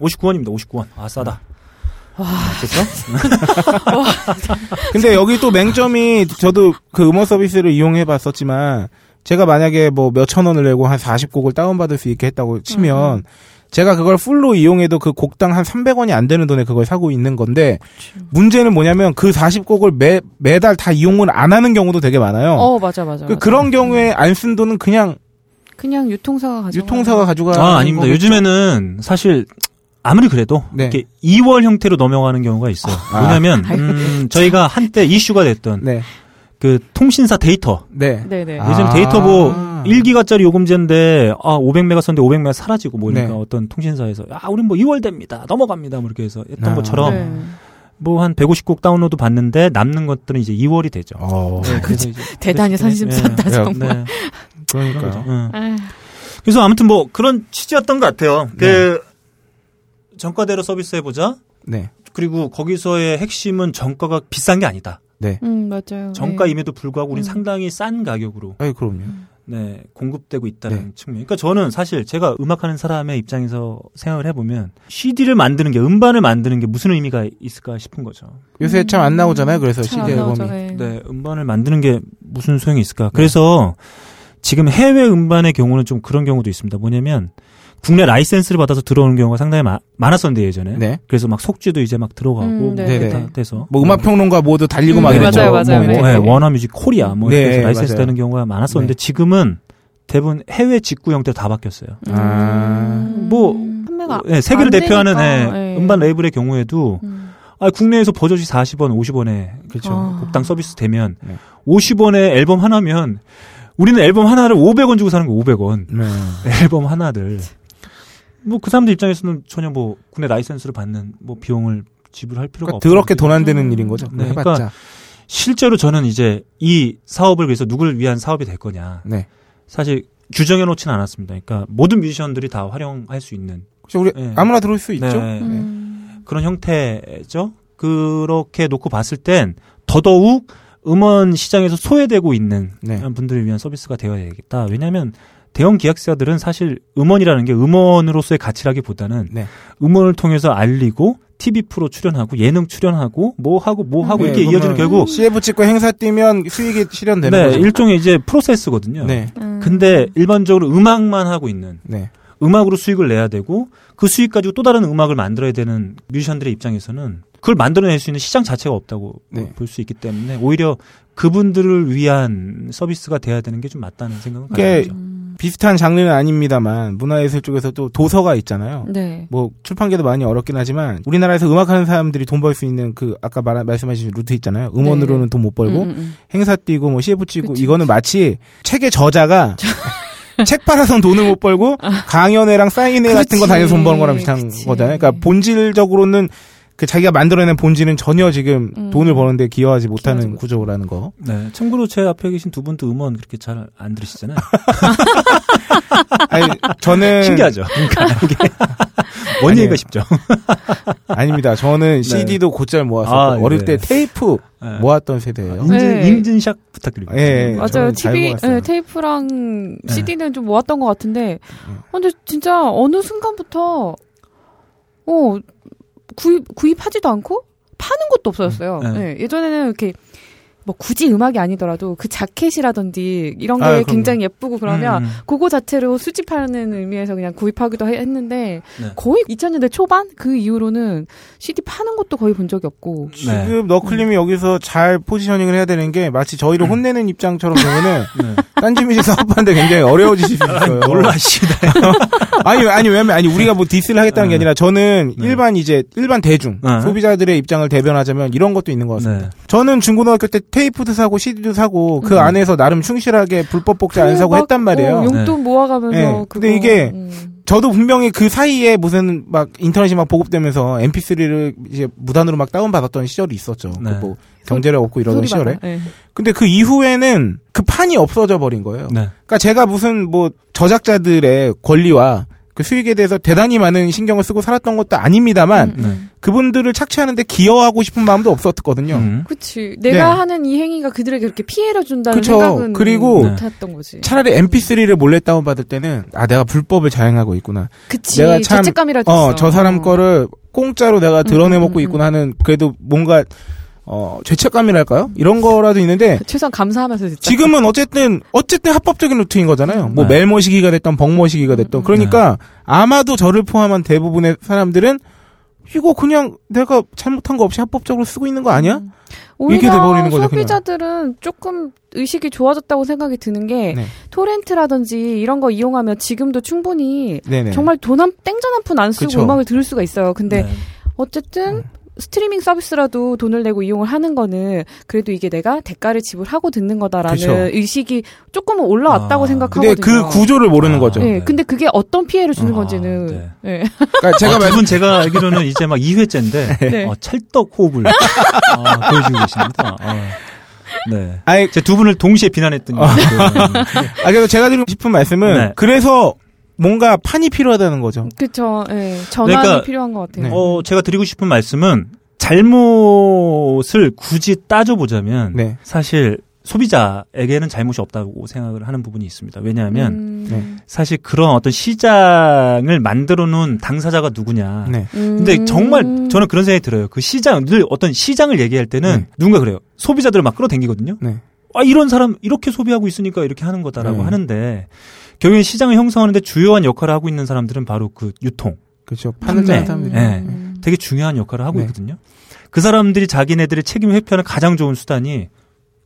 [SPEAKER 3] 59원입니다. 59원. 아 싸다. 그렇죠?
[SPEAKER 1] 근데 여기 또 맹점이 저도 그 음원 서비스를 이용해 봤었지만 제가 만약에 뭐 몇천 원을 내고 한 40곡을 다운받을 수 있게 했다고 치면
[SPEAKER 2] 음.
[SPEAKER 1] 제가 그걸 풀로 이용해도 그 곡당 한 300원이 안 되는 돈에 그걸 사고 있는 건데
[SPEAKER 2] 그렇죠.
[SPEAKER 1] 문제는 뭐냐면 그 40곡을 매, 매달 다 이용을 안 하는 경우도 되게 많아요.
[SPEAKER 2] 어, 맞아, 맞아.
[SPEAKER 1] 그,
[SPEAKER 2] 맞아.
[SPEAKER 1] 런 경우에 안 쓴 돈은 그냥
[SPEAKER 2] 그냥 유통사가 가져.
[SPEAKER 1] 유통사가 가져가.
[SPEAKER 3] 아 아닙니다. 요즘에는 사실 아무리 그래도
[SPEAKER 1] 그렇죠. 네.
[SPEAKER 3] 이렇게 2월 형태로 넘어가는 경우가 있어요.
[SPEAKER 1] 아.
[SPEAKER 3] 뭐냐면 음, 저희가 한때 이슈가 됐던
[SPEAKER 1] 네,
[SPEAKER 3] 그 통신사 데이터
[SPEAKER 1] 네.
[SPEAKER 2] 네네.
[SPEAKER 1] 아.
[SPEAKER 3] 요즘 데이터 뭐 1기가짜리 요금제인데 아 500메가 썼는데 500메가 사라지고 뭐니까
[SPEAKER 1] 네.
[SPEAKER 3] 어떤 통신사에서 아 우린 뭐 2월 됩니다 넘어갑니다 뭐 이렇게 해서 했던
[SPEAKER 1] 아.
[SPEAKER 3] 것처럼
[SPEAKER 1] 네.
[SPEAKER 3] 뭐 한 150곡 다운로드 받는데 남는 것들은 이제 2월이 되죠.
[SPEAKER 1] 어,
[SPEAKER 3] 네, 그래서 이제
[SPEAKER 2] 대단히
[SPEAKER 3] 그래서
[SPEAKER 2] 선심
[SPEAKER 3] 이제-
[SPEAKER 2] 썼다,
[SPEAKER 1] 네.
[SPEAKER 2] 정말.
[SPEAKER 3] 네, 네, 그런 거죠.
[SPEAKER 1] 그러니까요.
[SPEAKER 3] 응.
[SPEAKER 2] 아휴.
[SPEAKER 3] 그래서 아무튼 뭐 그런 취지였던 것 같아요. 그 정가대로 서비스 해보자.
[SPEAKER 1] 네,
[SPEAKER 3] 그리고 거기서의 핵심은 정가가 비싼 게 아니다.
[SPEAKER 1] 네.
[SPEAKER 2] 음, 맞아요. 네.
[SPEAKER 3] 정가임에도 불구하고 우린
[SPEAKER 2] 음.
[SPEAKER 3] 상당히 싼 가격으로
[SPEAKER 1] 아이 그럼요.
[SPEAKER 3] 네, 공급되고 있다는
[SPEAKER 1] 네.
[SPEAKER 3] 측면. 그러니까 저는 사실 제가 음악하는 사람의 입장에서 생각을 해보면 CD를 만드는 게 음반을 만드는 게 무슨 의미가 있을까 싶은 거죠.
[SPEAKER 1] 요새 참 안 나오잖아요. 그래서
[SPEAKER 2] 잘
[SPEAKER 1] CD
[SPEAKER 2] 음. 안 나오죠,
[SPEAKER 1] 앨범이.
[SPEAKER 2] 네.
[SPEAKER 3] 네, 음반을 만드는 게 무슨 소용이
[SPEAKER 1] 네.
[SPEAKER 3] 있을까. 그래서 지금 해외 음반의 경우는 좀 그런 경우도 있습니다. 뭐냐면 국내 라이센스를 받아서 들어오는 경우가 상당히 마- 많았었는데 예전에.
[SPEAKER 1] 네.
[SPEAKER 3] 그래서 막 속지도 이제 막 들어가고
[SPEAKER 2] 음,
[SPEAKER 3] 뭐
[SPEAKER 1] 네네.
[SPEAKER 3] 다 돼서
[SPEAKER 1] 뭐 음악 평론가 모두 달리고
[SPEAKER 2] 음,
[SPEAKER 1] 막 이랬죠.
[SPEAKER 2] 맞아요, 맞아요.
[SPEAKER 1] 뭐,
[SPEAKER 3] 뭐,
[SPEAKER 1] 뭐,
[SPEAKER 3] 예,
[SPEAKER 2] 네.
[SPEAKER 3] 워너뮤직 코리아 뭐 이렇게
[SPEAKER 1] 네,
[SPEAKER 3] 해서 라이센스
[SPEAKER 1] 맞아요.
[SPEAKER 3] 되는 경우가 많았었는데
[SPEAKER 1] 네.
[SPEAKER 3] 지금은 대부분 해외 직구 형태로 다 바뀌었어요.
[SPEAKER 2] 네. 음.
[SPEAKER 1] 아.
[SPEAKER 3] 뭐,
[SPEAKER 2] 판매가
[SPEAKER 3] 예, 세계를
[SPEAKER 2] 안
[SPEAKER 3] 대표하는
[SPEAKER 2] 되니까.
[SPEAKER 3] 예,
[SPEAKER 2] 아, 예.
[SPEAKER 3] 음반 레이블의 경우에도
[SPEAKER 1] 예.
[SPEAKER 2] 음.
[SPEAKER 3] 아, 국내에서 버젓이 40원, 50원에 그렇죠.
[SPEAKER 2] 아.
[SPEAKER 3] 곡당 서비스 되면
[SPEAKER 1] 네.
[SPEAKER 3] 50원에 앨범 하나면 우리는 앨범 하나를 500원 주고 사는 거 500원
[SPEAKER 1] 네.
[SPEAKER 2] 음.
[SPEAKER 3] 앨범 하나를 뭐 그 사람들 입장에서는 전혀 뭐 국내 라이센스를 받는 뭐 비용을 지불할 필요가
[SPEAKER 1] 그러니까
[SPEAKER 3] 없고
[SPEAKER 1] 더럽게 돈 안 되는 일인 거죠.
[SPEAKER 3] 네,
[SPEAKER 1] 해봤자.
[SPEAKER 3] 실제로 저는 이제 이 사업을 그래서 누굴 위한 사업이 될 거냐
[SPEAKER 1] 네.
[SPEAKER 3] 사실 규정해 놓지는 않았습니다. 그러니까 모든 뮤지션들이 다 활용할 수 있는
[SPEAKER 1] 그렇죠. 우리
[SPEAKER 3] 네.
[SPEAKER 1] 아무나 들어올 수 있죠.
[SPEAKER 3] 네.
[SPEAKER 2] 음.
[SPEAKER 3] 그런 형태죠. 그렇게 놓고 봤을 땐 더더욱 음원 시장에서 소외되고 있는
[SPEAKER 1] 네.
[SPEAKER 3] 분들을 위한 서비스가 되어야 되겠다. 왜냐하면 대형 기획사들은 사실 음원이라는 게 음원으로서의 가치라기보다는
[SPEAKER 1] 네.
[SPEAKER 3] 음원을 통해서 알리고 TV 프로 출연하고 예능 출연하고 뭐 하고 뭐 하고
[SPEAKER 1] 네,
[SPEAKER 3] 이렇게 이어지는
[SPEAKER 1] 그러면
[SPEAKER 3] 결국
[SPEAKER 1] CF 찍고 행사 뛰면 수익이 실현되는
[SPEAKER 3] 네,
[SPEAKER 1] 거죠.
[SPEAKER 3] 일종의 이제 프로세스거든요.
[SPEAKER 1] 네.
[SPEAKER 2] 음.
[SPEAKER 3] 근데 일반적으로 음악만 하고 있는
[SPEAKER 1] 네.
[SPEAKER 3] 음악으로 수익을 내야 되고 그 수익 가지고 또 다른 음악을 만들어야 되는 뮤지션들의 입장에서는 그걸 만들어낼 수 있는 시장 자체가 없다고
[SPEAKER 1] 네.
[SPEAKER 3] 볼 수 있기 때문에 오히려 그분들을 위한 서비스가 돼야 되는 게 좀 맞다는 생각은
[SPEAKER 1] 이게
[SPEAKER 3] 가지죠.
[SPEAKER 2] 음.
[SPEAKER 1] 비슷한 장르는 아닙니다만 문화예술 쪽에서 또 도서가 있잖아요.
[SPEAKER 2] 네.
[SPEAKER 1] 뭐 출판계도 많이 어렵긴 하지만 우리나라에서 음악하는 사람들이 돈 벌 수 있는 그 아까 말, 말씀하신 루트 있잖아요. 음원으로는 돈 못 벌고
[SPEAKER 2] 음, 음, 음.
[SPEAKER 1] 행사 뛰고 뭐 CF 찍고
[SPEAKER 2] 그치,
[SPEAKER 1] 이거는 마치 책의 저자가 책 팔아선 돈을 못 벌고 강연회랑 사인회 같은 거
[SPEAKER 2] 그치,
[SPEAKER 1] 다녀서 돈 버는 거랑 비슷한
[SPEAKER 2] 그치.
[SPEAKER 1] 거잖아요. 그러니까 본질적으로는 그 자기가 만들어낸 본질은 전혀 지금
[SPEAKER 2] 음.
[SPEAKER 1] 돈을 버는데 기여하지 못하는
[SPEAKER 2] 기여하지
[SPEAKER 1] 구조라는 거.
[SPEAKER 3] 네. 참고로 제 앞에 계신 두 분도 음원 그렇게 잘 안 들으시잖아요.
[SPEAKER 1] 아니, 저는
[SPEAKER 3] 신기하죠. 그러니까 이게 뭔
[SPEAKER 1] 네. 아니에요.
[SPEAKER 3] 얘기가 싶죠.
[SPEAKER 1] 아닙니다. 저는 CD도 곧잘 모았었고
[SPEAKER 3] 아,
[SPEAKER 1] 어릴
[SPEAKER 3] 네.
[SPEAKER 1] 때 테이프
[SPEAKER 3] 네.
[SPEAKER 1] 모았던 세대예요.
[SPEAKER 3] 인증,
[SPEAKER 2] 네.
[SPEAKER 3] 인증샷 부탁드립니다.
[SPEAKER 1] 뭐 예, 예.
[SPEAKER 2] 맞아요.
[SPEAKER 1] 저는 잘
[SPEAKER 2] TV
[SPEAKER 1] 모았어요. 예.
[SPEAKER 2] 네, 테이프랑
[SPEAKER 3] 네.
[SPEAKER 2] CD는 좀 모았던 것 같은데, 아, 근데 진짜 어느 순간부터 어 구입 구입하지도 않고 파는 것도 없어졌어요.
[SPEAKER 3] 음,
[SPEAKER 2] 네, 예전에는 이렇게 뭐 굳이 음악이 아니더라도 그 자켓이라든지 이런 게
[SPEAKER 1] 아, 그럼요.
[SPEAKER 2] 굉장히 예쁘고 그러면
[SPEAKER 3] 음,
[SPEAKER 2] 그거 자체로 수집하는 의미에서 그냥 구입하기도 해- 했는데
[SPEAKER 3] 네.
[SPEAKER 2] 거의 2000년대 초반 그 이후로는 CD 파는 것도 거의 본 적이 없고
[SPEAKER 3] 네.
[SPEAKER 1] 지금 너클림이 여기서 잘 포지셔닝을 해야 되는 게 마치 저희를 혼내는 입장처럼 되면은
[SPEAKER 3] 네.
[SPEAKER 1] 딴지뮤직 사업하는데 굉장히 어려워지실 수 있어요.
[SPEAKER 3] 몰라, 씨.
[SPEAKER 1] 아니 아니 왜냐면 아니 우리가 뭐 디스를 하겠다는 게 아니라 저는
[SPEAKER 3] 네.
[SPEAKER 1] 일반 이제 일반 대중
[SPEAKER 3] 네.
[SPEAKER 1] 소비자들의 입장을 대변하자면 이런 것도 있는 것 같습니다.
[SPEAKER 3] 네.
[SPEAKER 1] 저는 중고등학교 때 테이프도 사고 CD도 사고 그
[SPEAKER 3] 음.
[SPEAKER 1] 안에서 나름 충실하게 불법 복제 안
[SPEAKER 2] 그
[SPEAKER 1] 사고
[SPEAKER 2] 막,
[SPEAKER 1] 했단 말이에요.
[SPEAKER 2] 어, 용돈 모아가면서
[SPEAKER 1] 네.
[SPEAKER 2] 그거,
[SPEAKER 1] 근데 이게
[SPEAKER 2] 음.
[SPEAKER 1] 저도 분명히 그 사이에 무슨 막 인터넷이 막 보급되면서 MP3를 이제 무단으로 막 다운 받았던 시절이 있었죠. 그
[SPEAKER 3] 네.
[SPEAKER 1] 뭐 경제력 없고 이러던
[SPEAKER 2] 소리
[SPEAKER 1] 시절에.
[SPEAKER 2] 받아. 네.
[SPEAKER 1] 근데 그 이후에는 그 판이 없어져 버린 거예요.
[SPEAKER 3] 네.
[SPEAKER 1] 그러니까 제가 무슨 뭐 저작자들의 권리와 그 수익에 대해서 대단히 많은 신경을 쓰고 살았던 것도 아닙니다만 네.
[SPEAKER 2] 음, 음.
[SPEAKER 1] 그분들을 착취하는데 기여하고 싶은 마음도 없었거든요.
[SPEAKER 3] 음.
[SPEAKER 2] 그치.
[SPEAKER 1] 네.
[SPEAKER 2] 내가 하는 이 행위가 그들에게 그렇게 피해를 준다는
[SPEAKER 1] 그쵸.
[SPEAKER 2] 생각은
[SPEAKER 1] 그리고
[SPEAKER 2] 못했던 거지.
[SPEAKER 1] 차라리 MP3를 몰래 다운받을 때는 아 내가 불법을 자행하고 있구나.
[SPEAKER 2] 그치.
[SPEAKER 1] 내가 참-
[SPEAKER 2] 죄책감이라도
[SPEAKER 1] 어
[SPEAKER 2] 있어.
[SPEAKER 1] 저 사람 거를 공짜로 내가 드러내 먹고
[SPEAKER 2] 음, 음,
[SPEAKER 1] 있구나 하는 그래도 뭔가 어 죄책감이랄까요? 이런 거라도 있는데
[SPEAKER 2] 최소한 감사하면서 진짜.
[SPEAKER 1] 지금은 어쨌든 어쨌든 합법적인 루트인 거잖아요. 뭐
[SPEAKER 3] 네.
[SPEAKER 1] 멜모 시기가 됐던 벙모 시기가 됐던 그러니까 아마도 저를 포함한 대부분의 사람들은 이거 그냥 내가 잘못한 거 없이 합법적으로 쓰고 있는 거 아니야?
[SPEAKER 2] 음. 오히려
[SPEAKER 1] 이렇게 돼버리는 거죠,
[SPEAKER 2] 소비자들은 조금 의식이 좋아졌다고 생각이 드는 게
[SPEAKER 1] 네.
[SPEAKER 2] 토렌트라든지 이런 거 이용하면 지금도 충분히
[SPEAKER 1] 네네.
[SPEAKER 2] 정말 돈 한 땡전 한 푼 안 쓰고
[SPEAKER 1] 그쵸.
[SPEAKER 2] 음악을 들을 수가 있어요. 근데
[SPEAKER 3] 네.
[SPEAKER 2] 어쨌든 스트리밍 서비스라도 돈을 내고 이용을 하는 거는 그래도 이게 내가 대가를 지불하고 듣는 거다라는
[SPEAKER 1] 그쵸.
[SPEAKER 2] 의식이 조금은 올라왔다고
[SPEAKER 3] 아,
[SPEAKER 1] 근데
[SPEAKER 2] 생각하거든요.
[SPEAKER 1] 그 구조를 모르는
[SPEAKER 3] 아.
[SPEAKER 1] 거죠.
[SPEAKER 2] 예,
[SPEAKER 3] 네.
[SPEAKER 2] 근데 그게 어떤 피해를 주는
[SPEAKER 3] 아,
[SPEAKER 2] 건지는
[SPEAKER 3] 네.
[SPEAKER 2] 예.
[SPEAKER 1] 그러니까 제가
[SPEAKER 3] 제가
[SPEAKER 1] 말-
[SPEAKER 3] 아, 두분 제가 알기로는 이제 막 2회째인데
[SPEAKER 2] 네.
[SPEAKER 3] 어, 찰떡 호흡을 어, 보여주고 계십니다. 어. 네.
[SPEAKER 1] 아니,
[SPEAKER 3] 제 두 분을 동시에 비난했더니 그,
[SPEAKER 1] 아, 그래서 제가 드리고 싶은 말씀은
[SPEAKER 3] 네.
[SPEAKER 1] 그래서 뭔가 판이 필요하다는 거죠.
[SPEAKER 2] 그쵸. 예. 전환이
[SPEAKER 3] 그러니까-
[SPEAKER 2] 필요한 것 같아요.
[SPEAKER 1] 네.
[SPEAKER 3] 어, 제가 드리고 싶은 말씀은 잘못을 굳이 따져보자면
[SPEAKER 1] 네.
[SPEAKER 3] 사실 소비자에게는 잘못이 없다고 생각을 하는 부분이 있습니다. 왜냐하면
[SPEAKER 2] 음,
[SPEAKER 1] 네.
[SPEAKER 3] 사실 그런 어떤 시장을 만들어 놓은 당사자가 누구냐.
[SPEAKER 1] 네.
[SPEAKER 3] 근데
[SPEAKER 2] 음.
[SPEAKER 3] 정말 저는 그런 생각이 들어요. 그 시장, 늘 어떤 시장을 얘기할 때는
[SPEAKER 1] 네.
[SPEAKER 3] 누군가 그래요. 소비자들을 막 끌어당기거든요.
[SPEAKER 1] 네.
[SPEAKER 3] 아, 이런 사람 이렇게 소비하고 있으니까 이렇게 하는 거다라고
[SPEAKER 1] 네.
[SPEAKER 3] 하는데 결국엔 시장을 형성하는데 주요한 역할을 하고 있는 사람들은 바로 그 유통.
[SPEAKER 1] 그렇죠. 판을 짜는
[SPEAKER 3] 네.
[SPEAKER 1] 사람들이.
[SPEAKER 3] 네. 되게 중요한 역할을 하고
[SPEAKER 1] 네.
[SPEAKER 3] 있거든요. 그 사람들이 자기네들의 책임을 회피하는 가장 좋은 수단이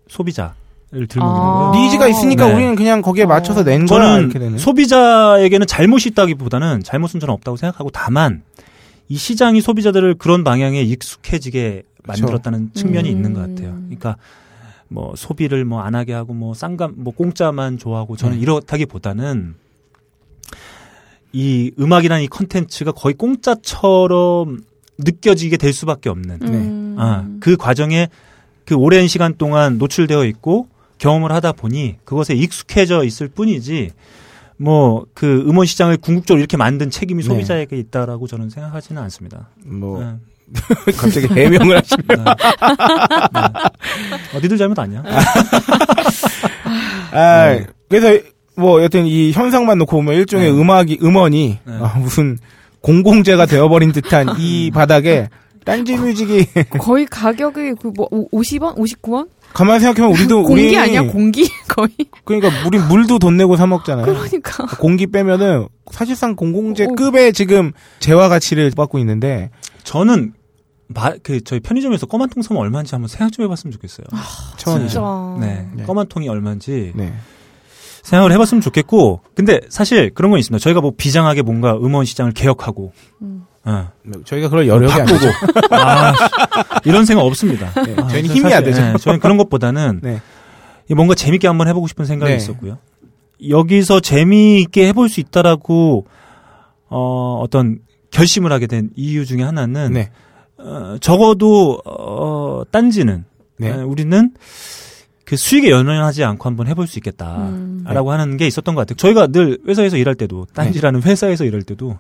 [SPEAKER 3] 소비자를 들먹이는
[SPEAKER 2] 아.
[SPEAKER 3] 거예요.
[SPEAKER 1] 니즈가 있으니까
[SPEAKER 3] 네.
[SPEAKER 1] 우리는 그냥 거기에
[SPEAKER 2] 어.
[SPEAKER 1] 맞춰서 낸 거야 이렇게 되는.
[SPEAKER 3] 저는 소비자에게는 잘못이 있다기보다는 잘못은 저는 없다고 생각하고 다만 이 시장이 소비자들을 그런 방향에 익숙해지게 만들었다는 측면이
[SPEAKER 2] 음.
[SPEAKER 3] 있는 것 같아요. 그러니까 뭐 소비를 뭐 안 하게 하고 뭐 쌍감 뭐 공짜만 좋아하고 저는
[SPEAKER 1] 네.
[SPEAKER 3] 이렇다기보다는 이 음악이라는 이 컨텐츠가 거의 공짜처럼 느껴지게 될 수밖에 없는
[SPEAKER 2] 음.
[SPEAKER 3] 아, 그 과정에 그 오랜 시간 동안 노출되어 있고 경험을 하다 보니 그것에 익숙해져 있을 뿐이지 뭐 그 음원 시장을 궁극적으로 이렇게 만든 책임이
[SPEAKER 1] 네.
[SPEAKER 3] 소비자에게 있다라고 저는 생각하지는 않습니다.
[SPEAKER 1] 뭐
[SPEAKER 3] 네.
[SPEAKER 1] 갑자기 해명을 하시.
[SPEAKER 3] 네. 네. 어디들 잘못 아니야?
[SPEAKER 1] 아
[SPEAKER 3] 네.
[SPEAKER 1] 그래서 뭐 여튼 이 현상만 놓고 보면 일종의
[SPEAKER 3] 네.
[SPEAKER 1] 음악이 음원이
[SPEAKER 3] 네.
[SPEAKER 1] 아, 무슨 공공재가 되어버린 듯한
[SPEAKER 2] 음.
[SPEAKER 1] 이 바닥에 딴지뮤직이
[SPEAKER 2] 거의 가격이 그뭐 50원, 59원?
[SPEAKER 1] 가만 히 생각해보면
[SPEAKER 3] 어,
[SPEAKER 1] 우리도
[SPEAKER 2] 공기
[SPEAKER 1] 우리
[SPEAKER 2] 아니야? 공기 거의.
[SPEAKER 3] 네.
[SPEAKER 1] 그러니까 우리 물도 돈 내고 사 먹잖아요.
[SPEAKER 2] 그러니까.
[SPEAKER 1] 공기 빼면은 사실상 공공재
[SPEAKER 2] 어.
[SPEAKER 1] 급의 지금 재화 가치를 받고 있는데
[SPEAKER 3] 저는 마, 그 저희 편의점에서 검한 통 사면 얼마인지 한번 생각 좀 해봤으면 좋겠어요.
[SPEAKER 2] 아,
[SPEAKER 1] 처음이죠.
[SPEAKER 2] 진짜.
[SPEAKER 3] 네,
[SPEAKER 1] 네.
[SPEAKER 3] 검한 통이 얼마인지
[SPEAKER 1] 네.
[SPEAKER 3] 생각을 해봤으면 좋겠고, 근데 사실 그런 건 있습니다. 저희가 뭐 비장하게 뭔가 음원 시장을 개혁하고,
[SPEAKER 2] 음.
[SPEAKER 3] 어,
[SPEAKER 1] 뭐 저희가 그럴 여력이 안 되죠.
[SPEAKER 3] 아, 이런 생각 없습니다.
[SPEAKER 1] 네,
[SPEAKER 3] 아,
[SPEAKER 1] 저희는
[SPEAKER 3] 저
[SPEAKER 1] 힘이 안
[SPEAKER 3] 사실,
[SPEAKER 1] 되죠.
[SPEAKER 3] 예, 저희는 그런 것보다는
[SPEAKER 1] 네.
[SPEAKER 3] 이 뭔가 재밌게 한번 해보고 싶은 생각이
[SPEAKER 1] 네.
[SPEAKER 3] 있었고요. 여기서 재미있게 해볼 수 있다라고 어, 어떤 결심을 하게 된 이유 중에 하나는
[SPEAKER 1] 네.
[SPEAKER 3] 어, 적어도 어, 딴지는
[SPEAKER 1] 네.
[SPEAKER 3] 예, 우리는 그 수익에 연연하지 않고 한번 해볼 수 있겠다.
[SPEAKER 2] 음.
[SPEAKER 3] 라고 하는 게 있었던 것 같아요. 저희가 늘 회사에서 일할
[SPEAKER 1] 네.
[SPEAKER 3] 때도, 딴지라는 회사에서 일할 때도,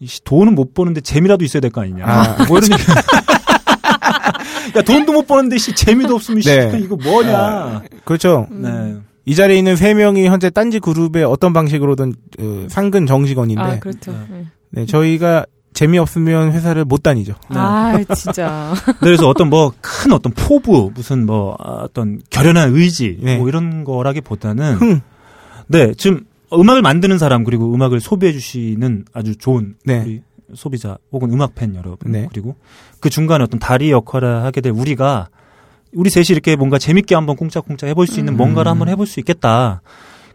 [SPEAKER 3] 이씨, 돈은 못 버는데 재미라도 있어야 될 거 아니냐.
[SPEAKER 1] 아.
[SPEAKER 3] 뭐 이런 얘기. 야, 그러니까 돈도 못 버는데, 씨, 재미도 없으면, 씨,
[SPEAKER 1] 네.
[SPEAKER 3] 이거 뭐냐.
[SPEAKER 1] 그렇죠.
[SPEAKER 2] 음.
[SPEAKER 3] 네.
[SPEAKER 1] 이 자리에 있는 세 명이 현재 딴지 그룹의 어떤 방식으로든 어, 상근 정직원인데
[SPEAKER 2] 아, 그렇죠.
[SPEAKER 3] 네.
[SPEAKER 2] 네.
[SPEAKER 1] 네, 저희가 재미없으면 회사를 못 다니죠.
[SPEAKER 3] 네.
[SPEAKER 2] 아, 진짜.
[SPEAKER 3] 그래서 어떤 뭐, 큰 어떤 포부, 무슨 뭐, 아, 어떤 결연한 의지,
[SPEAKER 1] 네.
[SPEAKER 3] 뭐 이런 거라기보다는,
[SPEAKER 1] 흥.
[SPEAKER 3] 네, 지금 음악을 만드는 사람, 그리고 음악을 소비해주시는 아주 좋은
[SPEAKER 1] 네.
[SPEAKER 3] 우리 소비자 혹은 음악 팬 여러분
[SPEAKER 1] 네.
[SPEAKER 3] 그리고 그 중간에 어떤 다리 역할을 하게 될 우리가 우리 셋이 이렇게 뭔가 재밌게 한번 공짝공짝 해볼 수 있는
[SPEAKER 2] 음.
[SPEAKER 3] 뭔가를 한번 해볼 수 있겠다.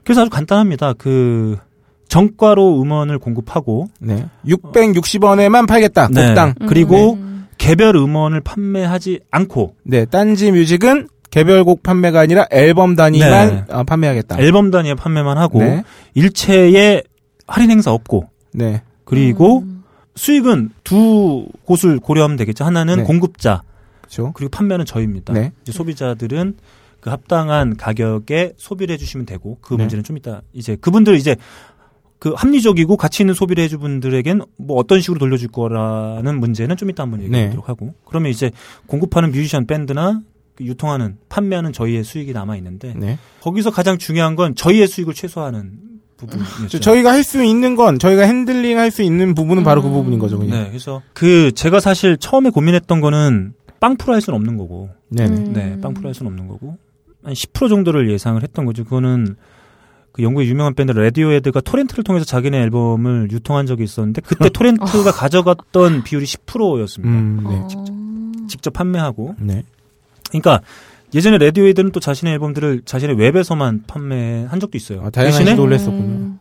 [SPEAKER 3] 그래서 아주 간단합니다. 그 정가로 음원을 공급하고
[SPEAKER 1] 네. 660원에만 팔겠다.
[SPEAKER 3] 네.
[SPEAKER 1] 아, 곡당.
[SPEAKER 2] 음.
[SPEAKER 3] 그리고
[SPEAKER 2] 음.
[SPEAKER 3] 개별 음원을 판매하지 않고
[SPEAKER 1] 네. 딴지 뮤직은 개별곡 판매가 아니라 앨범 단위만
[SPEAKER 3] 네.
[SPEAKER 1] 어, 판매하겠다.
[SPEAKER 3] 앨범 단위에 판매만 하고
[SPEAKER 1] 네.
[SPEAKER 3] 일체의 할인 행사 없고
[SPEAKER 1] 네.
[SPEAKER 3] 그리고
[SPEAKER 2] 음.
[SPEAKER 3] 수익은 두 곳을 고려하면 되겠죠. 하나는
[SPEAKER 1] 네.
[SPEAKER 3] 공급자
[SPEAKER 1] 그렇죠.
[SPEAKER 3] 그리고 판매는 저희입니다.
[SPEAKER 1] 네.
[SPEAKER 3] 이제 소비자들은 그 합당한 가격에 소비를 해주시면 되고 그
[SPEAKER 1] 네.
[SPEAKER 3] 문제는 좀 이따 이제 그분들 이제 그 합리적이고 가치 있는 소비를 해준 분들에겐 뭐 어떤 식으로 돌려줄 거라는 문제는 좀 이따 한번
[SPEAKER 1] 네.
[SPEAKER 3] 얘기하도록 하고 그러면 이제 공급하는 뮤지션 밴드나 그 유통하는 판매하는 저희의 수익이 남아 있는데
[SPEAKER 1] 네.
[SPEAKER 3] 거기서 가장 중요한 건 저희의 수익을 최소화하는 부분이죠.
[SPEAKER 1] 저- 저희가 할 수 있는 건 저희가 핸들링 할 수 있는 부분은 바로 그
[SPEAKER 2] 음.
[SPEAKER 1] 부분인 거죠, 그냥.
[SPEAKER 3] 네, 그래서 그 제가 사실 처음에 고민했던 거는 빵프로 할 수는 없는 거고,
[SPEAKER 1] 네. 네.
[SPEAKER 3] 네, 빵프로 할 수는 없는 거고 한 10% 정도를 예상을 했던 거죠. 그거는 그 영국의 유명한 밴드 레디오헤드가 토렌트를 통해서 자기네 앨범을 유통한 적이 있었는데 그때 토렌트가 가져갔던 비율이 10%였습니다.
[SPEAKER 1] 어. 음, 네.
[SPEAKER 2] 어.
[SPEAKER 3] 직접 판매하고
[SPEAKER 1] 네.
[SPEAKER 3] 그러니까 예전에 레디오헤드는 또 자신의 앨범들을 자신의 웹에서만 판매한 적도 있어요.
[SPEAKER 1] 아, 다양한
[SPEAKER 3] 대신에
[SPEAKER 1] 시도- 놀랬었군요.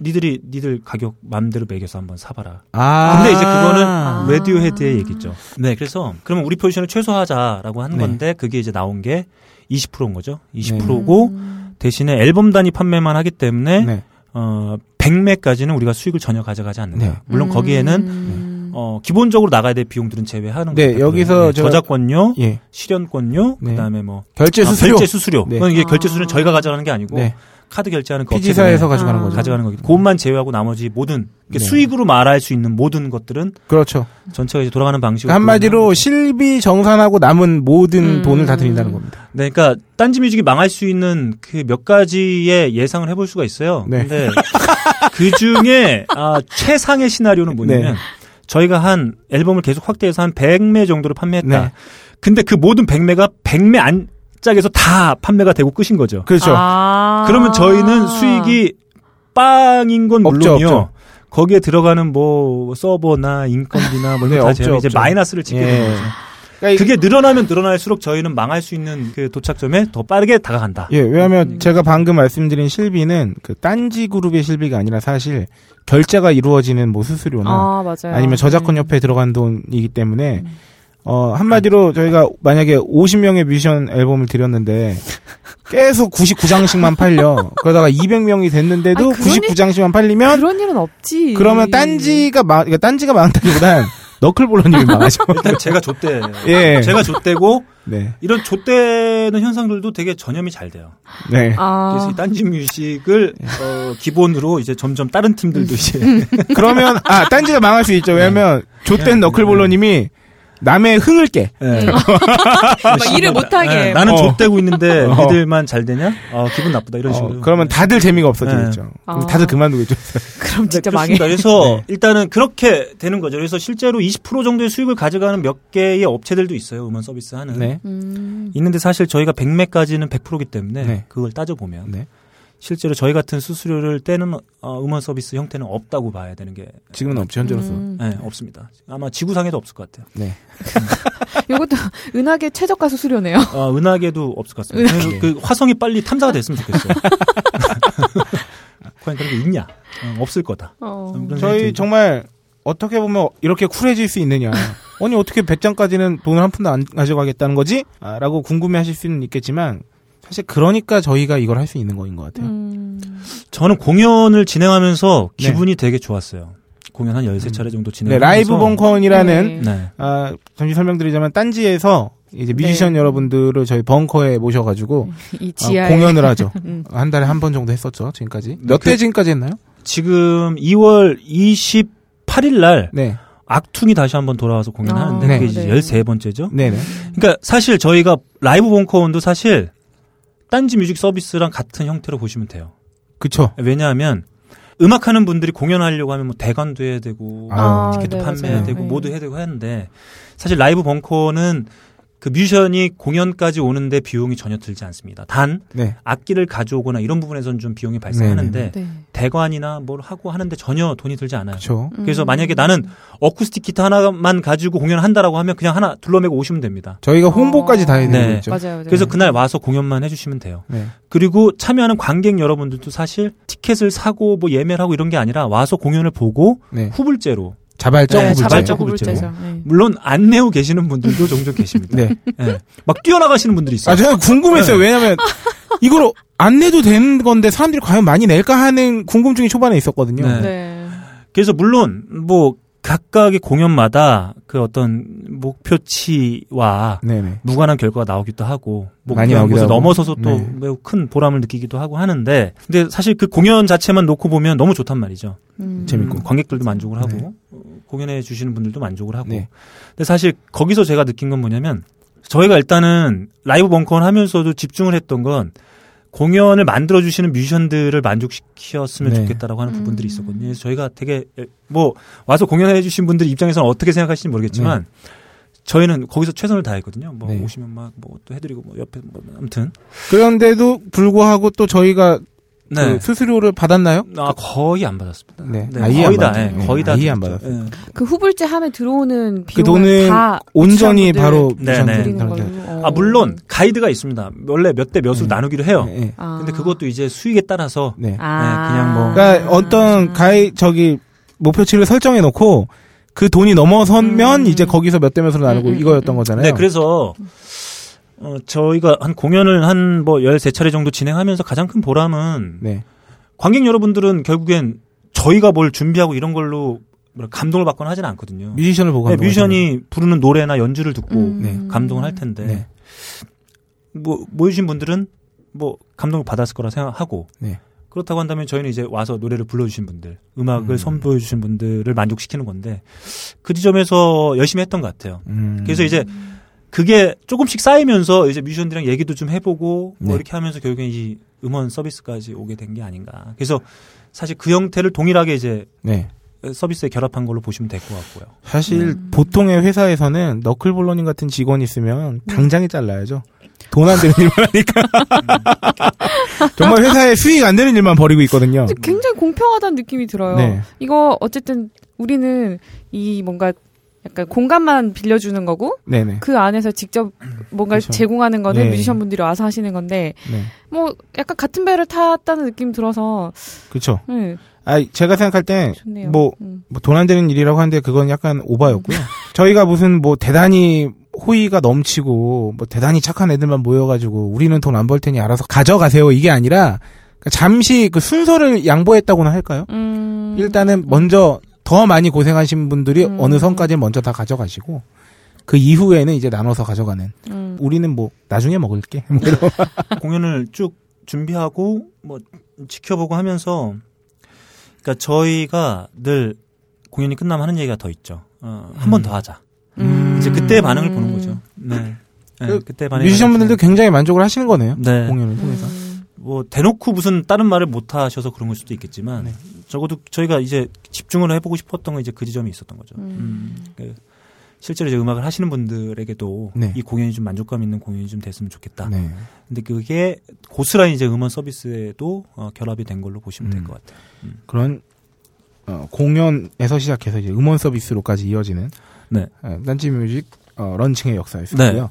[SPEAKER 3] 니들이 니들 가격 맘대로 매겨서 한번 사봐라.
[SPEAKER 1] 아.
[SPEAKER 3] 근데 이제 그거는
[SPEAKER 2] 아.
[SPEAKER 3] 레디오헤드의 얘기죠. 네, 그래서 그러면 우리 포지션을 최소화하자라고 한
[SPEAKER 1] 네.
[SPEAKER 3] 건데 그게 이제 나온 게 20%인 거죠.
[SPEAKER 1] 음.
[SPEAKER 3] 20%고 대신에 앨범 단위 판매만 하기 때문에
[SPEAKER 1] 네.
[SPEAKER 3] 어 100매까지는 우리가 수익을 전혀 가져가지 않는다.
[SPEAKER 1] 네.
[SPEAKER 2] 음.
[SPEAKER 3] 물론 거기에는
[SPEAKER 2] 네.
[SPEAKER 3] 어 기본적으로 나가야 될 비용들은 제외하는
[SPEAKER 1] 네,
[SPEAKER 3] 것 같아요.
[SPEAKER 1] 여기서
[SPEAKER 3] 네,
[SPEAKER 1] 제가-
[SPEAKER 3] 저작권료,
[SPEAKER 1] 예.
[SPEAKER 3] 실현권료,
[SPEAKER 1] 네.
[SPEAKER 3] 그다음에 뭐
[SPEAKER 1] 결제
[SPEAKER 3] 아,
[SPEAKER 1] 수수료.
[SPEAKER 3] 결제 수수료.
[SPEAKER 1] 네.
[SPEAKER 3] 그건 이게 결제
[SPEAKER 2] 아.
[SPEAKER 3] 수수료는 저희가 가져가는 게 아니고
[SPEAKER 1] 네.
[SPEAKER 3] 카드 결제하는 그
[SPEAKER 1] 피지사에서
[SPEAKER 3] 업체들이
[SPEAKER 1] 가져가는
[SPEAKER 2] 아.
[SPEAKER 1] 거죠.
[SPEAKER 3] 가져가는 거기 때문에 그것만 제외하고 나머지 모든 이게
[SPEAKER 1] 네.
[SPEAKER 3] 수익으로 말할 수 있는 모든 것들은
[SPEAKER 1] 그렇죠.
[SPEAKER 3] 전체가 이제 돌아가는 방식으로
[SPEAKER 1] 그러니까 한마디로 실비 정산하고 남은 모든
[SPEAKER 2] 음.
[SPEAKER 1] 돈을 다 드린다는 겁니다.
[SPEAKER 3] 네, 그러니까 딴지 뮤직이 망할 수 있는 그 몇 가지의 예상을 해볼 수가 있어요.
[SPEAKER 1] 네.
[SPEAKER 3] 근데 그 중에 아, 최상의 시나리오는 뭐냐면
[SPEAKER 1] 네.
[SPEAKER 3] 저희가 한 앨범을 계속 확대해서 한 100매 정도를 판매했다.
[SPEAKER 1] 네.
[SPEAKER 3] 근데 그 모든 100매가 100매 안 짝에서 다 판매가 되고 끝인 거죠.
[SPEAKER 1] 그렇죠.
[SPEAKER 2] 아.
[SPEAKER 3] 그러면 저희는 수익이 빵인 건
[SPEAKER 1] 없죠,
[SPEAKER 3] 물론이요.
[SPEAKER 1] 없죠.
[SPEAKER 3] 거기에 들어가는 뭐 서버나 인건비나 뭐
[SPEAKER 1] 네,
[SPEAKER 3] 이런 거다
[SPEAKER 1] 없죠,
[SPEAKER 3] 제외 이제
[SPEAKER 1] 없죠.
[SPEAKER 3] 마이너스를 찍게
[SPEAKER 1] 예.
[SPEAKER 3] 되는 거죠.
[SPEAKER 1] 그러니까 이-
[SPEAKER 3] 그게 늘어나면 늘어날수록 저희는 망할 수 있는 그 도착점에 더 빠르게 다가간다.
[SPEAKER 1] 예,
[SPEAKER 3] 음.
[SPEAKER 1] 왜냐하면 제가 방금 말씀드린 실비는 그 딴지 그룹의 실비가 아니라 사실 결제가 이루어지는 뭐 수수료나
[SPEAKER 2] 아 맞아요.
[SPEAKER 1] 아니면 저작권
[SPEAKER 3] 음.
[SPEAKER 2] 네.
[SPEAKER 1] 협회에 들어간 돈이기 때문에 어
[SPEAKER 3] 아.
[SPEAKER 1] 한마디로 저희가 만약에 50명의 뮤지션 앨범을 드렸는데 계속 99장씩만 팔려 그러다가 200명이 됐는데도
[SPEAKER 2] 아니, 그러니-
[SPEAKER 1] 99장씩만 팔리면
[SPEAKER 2] 네. 그런 일은 없지.
[SPEAKER 1] 그러면 딴지가 막 그러니까 딴지가 망한다기보단 너클볼러님이 망하죠.
[SPEAKER 3] 일단 제가 좆대.
[SPEAKER 1] 예,
[SPEAKER 3] 제가 좆대고
[SPEAKER 1] 네,
[SPEAKER 3] 이런 좆대는 현상들도 되게 전염이 잘 돼요.
[SPEAKER 1] 네.
[SPEAKER 3] 그래서 이
[SPEAKER 2] 아
[SPEAKER 3] 딴지 뮤직을
[SPEAKER 1] 예.
[SPEAKER 3] 어, 기본으로 이제 점점 다른 팀들도 이제
[SPEAKER 2] 음.
[SPEAKER 1] 그러면 아 딴지가 망할 수 있죠. 왜냐하면 좆된 너클볼러님이 남의 흥을 깨.
[SPEAKER 3] 예.
[SPEAKER 2] 음. 막 일을 못하게.
[SPEAKER 3] 예, 나는
[SPEAKER 1] 어.
[SPEAKER 3] 좆대고 있는데
[SPEAKER 1] 어.
[SPEAKER 3] 애들만 잘 되냐? 어, 기분 나쁘다 이런
[SPEAKER 1] 어,
[SPEAKER 3] 식으로.
[SPEAKER 1] 그러면 다들 재미가 없어지겠죠. 그럼
[SPEAKER 2] 아.
[SPEAKER 1] 다들 그만두겠죠.
[SPEAKER 2] 그럼 진짜
[SPEAKER 3] 네,
[SPEAKER 2] 망해.
[SPEAKER 3] 그렇습니다. 그래서
[SPEAKER 1] 네.
[SPEAKER 3] 일단은 그렇게 되는 거죠. 그래서 실제로 20% 정도의 수익을 가져가는 몇 개의 업체들도 있어요. 음원 서비스 하는.
[SPEAKER 1] 네.
[SPEAKER 2] 음.
[SPEAKER 3] 있는데 사실 저희가 100매까지는 100%이기 때문에
[SPEAKER 1] 네.
[SPEAKER 3] 그걸 따져보면
[SPEAKER 1] 네.
[SPEAKER 3] 실제로 저희 같은 수수료를 떼는 어, 음원 서비스 형태는 없다고 봐야 되는 게
[SPEAKER 1] 지금은 없죠 현재로서.
[SPEAKER 2] 음.
[SPEAKER 3] 네, 없습니다. 아마 지구상에도 없을 것 같아요.
[SPEAKER 1] 네.
[SPEAKER 2] 이것도 은하계 최저가 수수료네요.
[SPEAKER 3] 어, 은하계도 없을 것 같습니다. 그래서
[SPEAKER 1] 네.
[SPEAKER 3] 그 화성이 빨리 탐사가 됐으면 좋겠어요. 과연 그런 게 있냐? 어, 없을 거다.
[SPEAKER 2] 어.
[SPEAKER 3] 그런 생각이
[SPEAKER 1] 저희
[SPEAKER 3] 들고.
[SPEAKER 1] 정말 어떻게 보면 이렇게 쿨해질 수 있느냐. 아니 어떻게 100장까지는 돈을 한 푼도 안 가져가겠다는 거지? 아, 라고 궁금해하실 수는 있겠지만 사실 그러니까 저희가 이걸 할 수 있는 거인 것 같아요.
[SPEAKER 2] 음.
[SPEAKER 3] 저는 공연을 진행하면서
[SPEAKER 1] 네.
[SPEAKER 3] 기분이 되게 좋았어요. 공연 한 13차례 정도 진행.
[SPEAKER 1] 네, 라이브 벙커원이라는
[SPEAKER 2] 네.
[SPEAKER 3] 네.
[SPEAKER 1] 아, 잠시 설명드리자면 딴지에서 이제 뮤지션
[SPEAKER 2] 네.
[SPEAKER 1] 여러분들을 저희 벙커에 모셔가지고
[SPEAKER 2] 이
[SPEAKER 1] 아,
[SPEAKER 2] 지하
[SPEAKER 1] 공연을 하죠.
[SPEAKER 2] 음.
[SPEAKER 1] 한 달에 한 번 정도 했었죠 지금까지.
[SPEAKER 3] 네,
[SPEAKER 1] 몇 대
[SPEAKER 3] 그-
[SPEAKER 1] 지금까지 했나요?
[SPEAKER 3] 지금 2월 28일 날
[SPEAKER 1] 네,
[SPEAKER 3] 악퉁이 다시 한번 돌아와서 공연하는데
[SPEAKER 1] 아,
[SPEAKER 3] 그게
[SPEAKER 1] 네.
[SPEAKER 3] 이제
[SPEAKER 2] 네.
[SPEAKER 3] 13번째죠.
[SPEAKER 1] 네, 네.
[SPEAKER 3] 그러니까 사실 저희가 라이브 벙커원도 사실 딴지 뮤직 서비스랑 같은 형태로 보시면 돼요.
[SPEAKER 1] 그쵸.
[SPEAKER 3] 왜냐하면 음악하는 분들이 공연하려고 하면 뭐 대관도 해야 되고
[SPEAKER 1] 아,
[SPEAKER 3] 티켓도
[SPEAKER 2] 네,
[SPEAKER 3] 판매해야
[SPEAKER 2] 맞아요.
[SPEAKER 3] 되고
[SPEAKER 2] 네.
[SPEAKER 3] 모두 해야 되고 하는데 사실 라이브 벙커는 그 뮤션이 공연까지 오는데 비용이 전혀 들지 않습니다. 단
[SPEAKER 1] 네,
[SPEAKER 3] 악기를 가져오거나 이런 부분에선 좀 비용이
[SPEAKER 1] 네,
[SPEAKER 3] 발생하는데
[SPEAKER 2] 네.
[SPEAKER 3] 대관이나 뭘 하고 하는데 전혀 돈이 들지 않아요.
[SPEAKER 1] 그쵸.
[SPEAKER 3] 그래서
[SPEAKER 2] 음.
[SPEAKER 3] 만약에 나는 어쿠스틱 기타 하나만 가지고 공연한다라고 하면 그냥 하나 둘러매고 오시면 됩니다.
[SPEAKER 1] 저희가 홍보까지 다 해야 되는
[SPEAKER 3] 네.
[SPEAKER 1] 거죠.
[SPEAKER 2] 어. 맞아요, 맞아요.
[SPEAKER 3] 그래서 그날 와서 공연만 해주시면 돼요.
[SPEAKER 1] 네.
[SPEAKER 3] 그리고 참여하는 관객 여러분들도 사실 티켓을 사고 뭐 예매를 하고 이런 게 아니라 와서 공연을 보고
[SPEAKER 1] 네.
[SPEAKER 3] 후불제로
[SPEAKER 1] 자발적
[SPEAKER 3] 네,
[SPEAKER 1] 후불제.
[SPEAKER 3] 자발적
[SPEAKER 2] 후불제죠. 네.
[SPEAKER 3] 물론 안 내고 계시는 분들도 종종 계십니다.
[SPEAKER 1] 네.
[SPEAKER 3] 예. 막 뛰어나가시는 분들이 있어요.
[SPEAKER 1] 아, 저는 궁금했어요.
[SPEAKER 3] 네.
[SPEAKER 1] 왜냐면, 이걸 안 내도 되는 건데, 사람들이 과연 많이 낼까 하는 궁금증이 초반에 있었거든요.
[SPEAKER 3] 네.
[SPEAKER 2] 네.
[SPEAKER 3] 그래서 물론 뭐 각각의 공연마다 그 어떤 목표치와
[SPEAKER 1] 네네.
[SPEAKER 3] 무관한 결과가 나오기도 하고
[SPEAKER 1] 많이
[SPEAKER 3] 목표한
[SPEAKER 1] 나오기도
[SPEAKER 3] 곳을
[SPEAKER 1] 하고.
[SPEAKER 3] 넘어서서 또
[SPEAKER 1] 네.
[SPEAKER 3] 매우 큰 보람을 느끼기도 하고 하는데 근데 사실 그 공연 자체만 놓고 보면 너무 좋단 말이죠.
[SPEAKER 2] 음.
[SPEAKER 1] 재밌고.
[SPEAKER 3] 음, 관객들도 만족을 하고
[SPEAKER 1] 네.
[SPEAKER 3] 어, 공연해 주시는 분들도 만족을 하고
[SPEAKER 1] 네.
[SPEAKER 3] 근데 사실 거기서 제가 느낀 건 뭐냐면 저희가 일단은 라이브 벙커를 하면서도 집중을 했던 건 공연을 만들어 주시는 뮤지션들을 만족시켰으면
[SPEAKER 1] 네.
[SPEAKER 3] 좋겠다라고 하는
[SPEAKER 2] 음.
[SPEAKER 3] 부분들이 있었거든요. 그래서 저희가 되게 뭐 와서 공연해 주신 분들 입장에서는 어떻게 생각하실지 모르겠지만 저희는 거기서 최선을 다했거든요. 뭐
[SPEAKER 1] 네.
[SPEAKER 3] 오시면 막 뭐 또 해드리고 뭐 옆에 뭐 아무튼
[SPEAKER 1] 그런데도 불구하고 또 저희가
[SPEAKER 3] 네.
[SPEAKER 1] 그 수수료를 받았나요?
[SPEAKER 3] 아 거의 안 받았습니다.
[SPEAKER 1] 네.
[SPEAKER 3] 네,
[SPEAKER 1] 아예
[SPEAKER 3] 거의
[SPEAKER 1] 안
[SPEAKER 3] 다,
[SPEAKER 1] 받았죠.
[SPEAKER 3] 예, 거의 다
[SPEAKER 1] 아예 안
[SPEAKER 3] 드렸죠.
[SPEAKER 1] 받았어요.
[SPEAKER 3] 예.
[SPEAKER 2] 그 후불제 함에 들어오는 비용
[SPEAKER 1] 그 돈은
[SPEAKER 2] 다
[SPEAKER 1] 온전히
[SPEAKER 2] 시청자분들
[SPEAKER 1] 바로
[SPEAKER 3] 네,
[SPEAKER 1] 무상
[SPEAKER 3] 네.
[SPEAKER 1] 드리는
[SPEAKER 2] 드리는
[SPEAKER 1] 걸로.
[SPEAKER 2] 걸로. 어.
[SPEAKER 3] 아 물론 가이드가 있습니다. 원래 몇 대 몇으로
[SPEAKER 1] 네.
[SPEAKER 3] 나누기로 해요.
[SPEAKER 1] 네, 네.
[SPEAKER 2] 아.
[SPEAKER 3] 근데 그것도 이제 수익에 따라서
[SPEAKER 1] 네.
[SPEAKER 2] 아. 음.
[SPEAKER 3] 네, 그냥 뭐.
[SPEAKER 1] 그러니까 어떤 가이 저기 목표치를 설정해 놓고 그 돈이 넘어서면
[SPEAKER 2] 음.
[SPEAKER 1] 이제 거기서 몇 대 몇으로 나누고
[SPEAKER 2] 음, 음,
[SPEAKER 1] 이거였던
[SPEAKER 2] 음.
[SPEAKER 1] 거잖아요.
[SPEAKER 3] 네, 그래서 어, 저희가 한 공연을 한 뭐 13차례 정도 진행하면서 가장 큰 보람은
[SPEAKER 1] 네.
[SPEAKER 3] 관객 여러분들은 결국엔 저희가 뭘 준비하고 이런 걸로 뭐랄까, 감동을 받거나 하진 않거든요.
[SPEAKER 1] 뮤지션을 보고
[SPEAKER 3] 네,
[SPEAKER 1] 한다고 하잖아요.
[SPEAKER 3] 뮤지션이 부르는 노래나 연주를 듣고
[SPEAKER 2] 음.
[SPEAKER 1] 네,
[SPEAKER 3] 감동을 할 텐데
[SPEAKER 1] 네.
[SPEAKER 3] 뭐 모여주신 분들은 뭐 감동을 받았을 거라 생각하고
[SPEAKER 1] 네.
[SPEAKER 3] 그렇다고 한다면 저희는 이제 와서 노래를 불러주신 분들 음악을
[SPEAKER 1] 음.
[SPEAKER 3] 선보여주신 분들을 만족시키는 건데 그 지점에서 열심히 했던 것 같아요.
[SPEAKER 1] 음.
[SPEAKER 3] 그래서 이제 그게 조금씩 쌓이면서 이제 뮤지션들이랑 얘기도 좀 해보고 뭐
[SPEAKER 1] 네.
[SPEAKER 3] 이렇게 하면서 결국엔 이 음원 서비스까지 오게 된 게 아닌가. 그래서 사실 그 형태를 동일하게 이제
[SPEAKER 1] 네.
[SPEAKER 3] 서비스에 결합한 걸로 보시면 될 것 같고요.
[SPEAKER 1] 사실
[SPEAKER 2] 음.
[SPEAKER 1] 보통의 회사에서는 너클볼러님 같은 직원이
[SPEAKER 3] 음.
[SPEAKER 1] 있으면 당장에 잘라야죠. 돈 안 되는 일만 하니까. 정말 회사에 수익 안 되는 일만 벌이고 있거든요.
[SPEAKER 2] 근데 굉장히 공평하다는 느낌이 들어요.
[SPEAKER 1] 음. 네.
[SPEAKER 2] 이거 어쨌든 우리는 이 뭔가 약간 공간만 빌려주는 거고
[SPEAKER 1] 네네.
[SPEAKER 2] 그 안에서 직접 뭔가
[SPEAKER 1] 그렇죠.
[SPEAKER 2] 제공하는 거는
[SPEAKER 1] 네.
[SPEAKER 2] 뮤지션 분들이 와서 하시는 건데
[SPEAKER 1] 네.
[SPEAKER 2] 뭐 약간 같은 배를 탔다는 느낌 들어서
[SPEAKER 1] 그쵸.
[SPEAKER 2] 네,
[SPEAKER 1] 아, 제가 생각할 때,
[SPEAKER 2] 좋네요.
[SPEAKER 1] 뭐,
[SPEAKER 2] 음.
[SPEAKER 1] 뭐 돈 안 되는 일이라고 하는데 그건 약간 오바였고요. 저희가 무슨 뭐 대단히 호의가 넘치고 뭐 대단히 착한 애들만 모여가지고 우리는 돈 안 벌 테니 알아서 가져가세요 이게 아니라 그러니까 잠시 그 순서를 양보했다고나 할까요?
[SPEAKER 2] 음.
[SPEAKER 1] 일단은 먼저 더 많이 고생하신 분들이
[SPEAKER 2] 음.
[SPEAKER 1] 어느 선까지 먼저 다 가져가시고 그 이후에는 이제 나눠서 가져가는
[SPEAKER 2] 음.
[SPEAKER 1] 우리는 뭐 나중에 먹을게 뭐 이런
[SPEAKER 3] 공연을 쭉 준비하고 뭐 지켜보고 하면서 그러니까 저희가 늘 공연이 끝나면 하는 얘기가 더 있죠. 어, 한 번 더 하자.
[SPEAKER 2] 음.
[SPEAKER 3] 이제 그때 반응을 보는 거죠. 네. 네,
[SPEAKER 1] 그
[SPEAKER 3] 그때 반응.
[SPEAKER 1] 뮤지션분들도 굉장히 만족을 하시는 거네요
[SPEAKER 3] 네.
[SPEAKER 1] 공연을 통해서
[SPEAKER 2] 음.
[SPEAKER 3] 뭐 대놓고 무슨 다른 말을 못 하셔서 그런 걸 수도 있겠지만
[SPEAKER 1] 네.
[SPEAKER 3] 적어도 저희가 이제 집중을 해보고 싶었던 건 이제 그 지점이 있었던 거죠.
[SPEAKER 2] 음.
[SPEAKER 3] 음. 그 실제로 이제 음악을 하시는 분들에게도
[SPEAKER 1] 네.
[SPEAKER 3] 이 공연이 좀 만족감 있는 공연이 좀 됐으면 좋겠다.
[SPEAKER 1] 네.
[SPEAKER 3] 근데 그게 고스란히 이제 음원 서비스에도 어, 결합이 된 걸로
[SPEAKER 1] 음.
[SPEAKER 3] 보시면 될 것 같아요.
[SPEAKER 1] 그런 어, 공연에서 시작해서 이제 음원 서비스로까지 이어지는
[SPEAKER 3] 네.
[SPEAKER 1] 예, 딴지뮤직 어, 런칭의 역사였고요.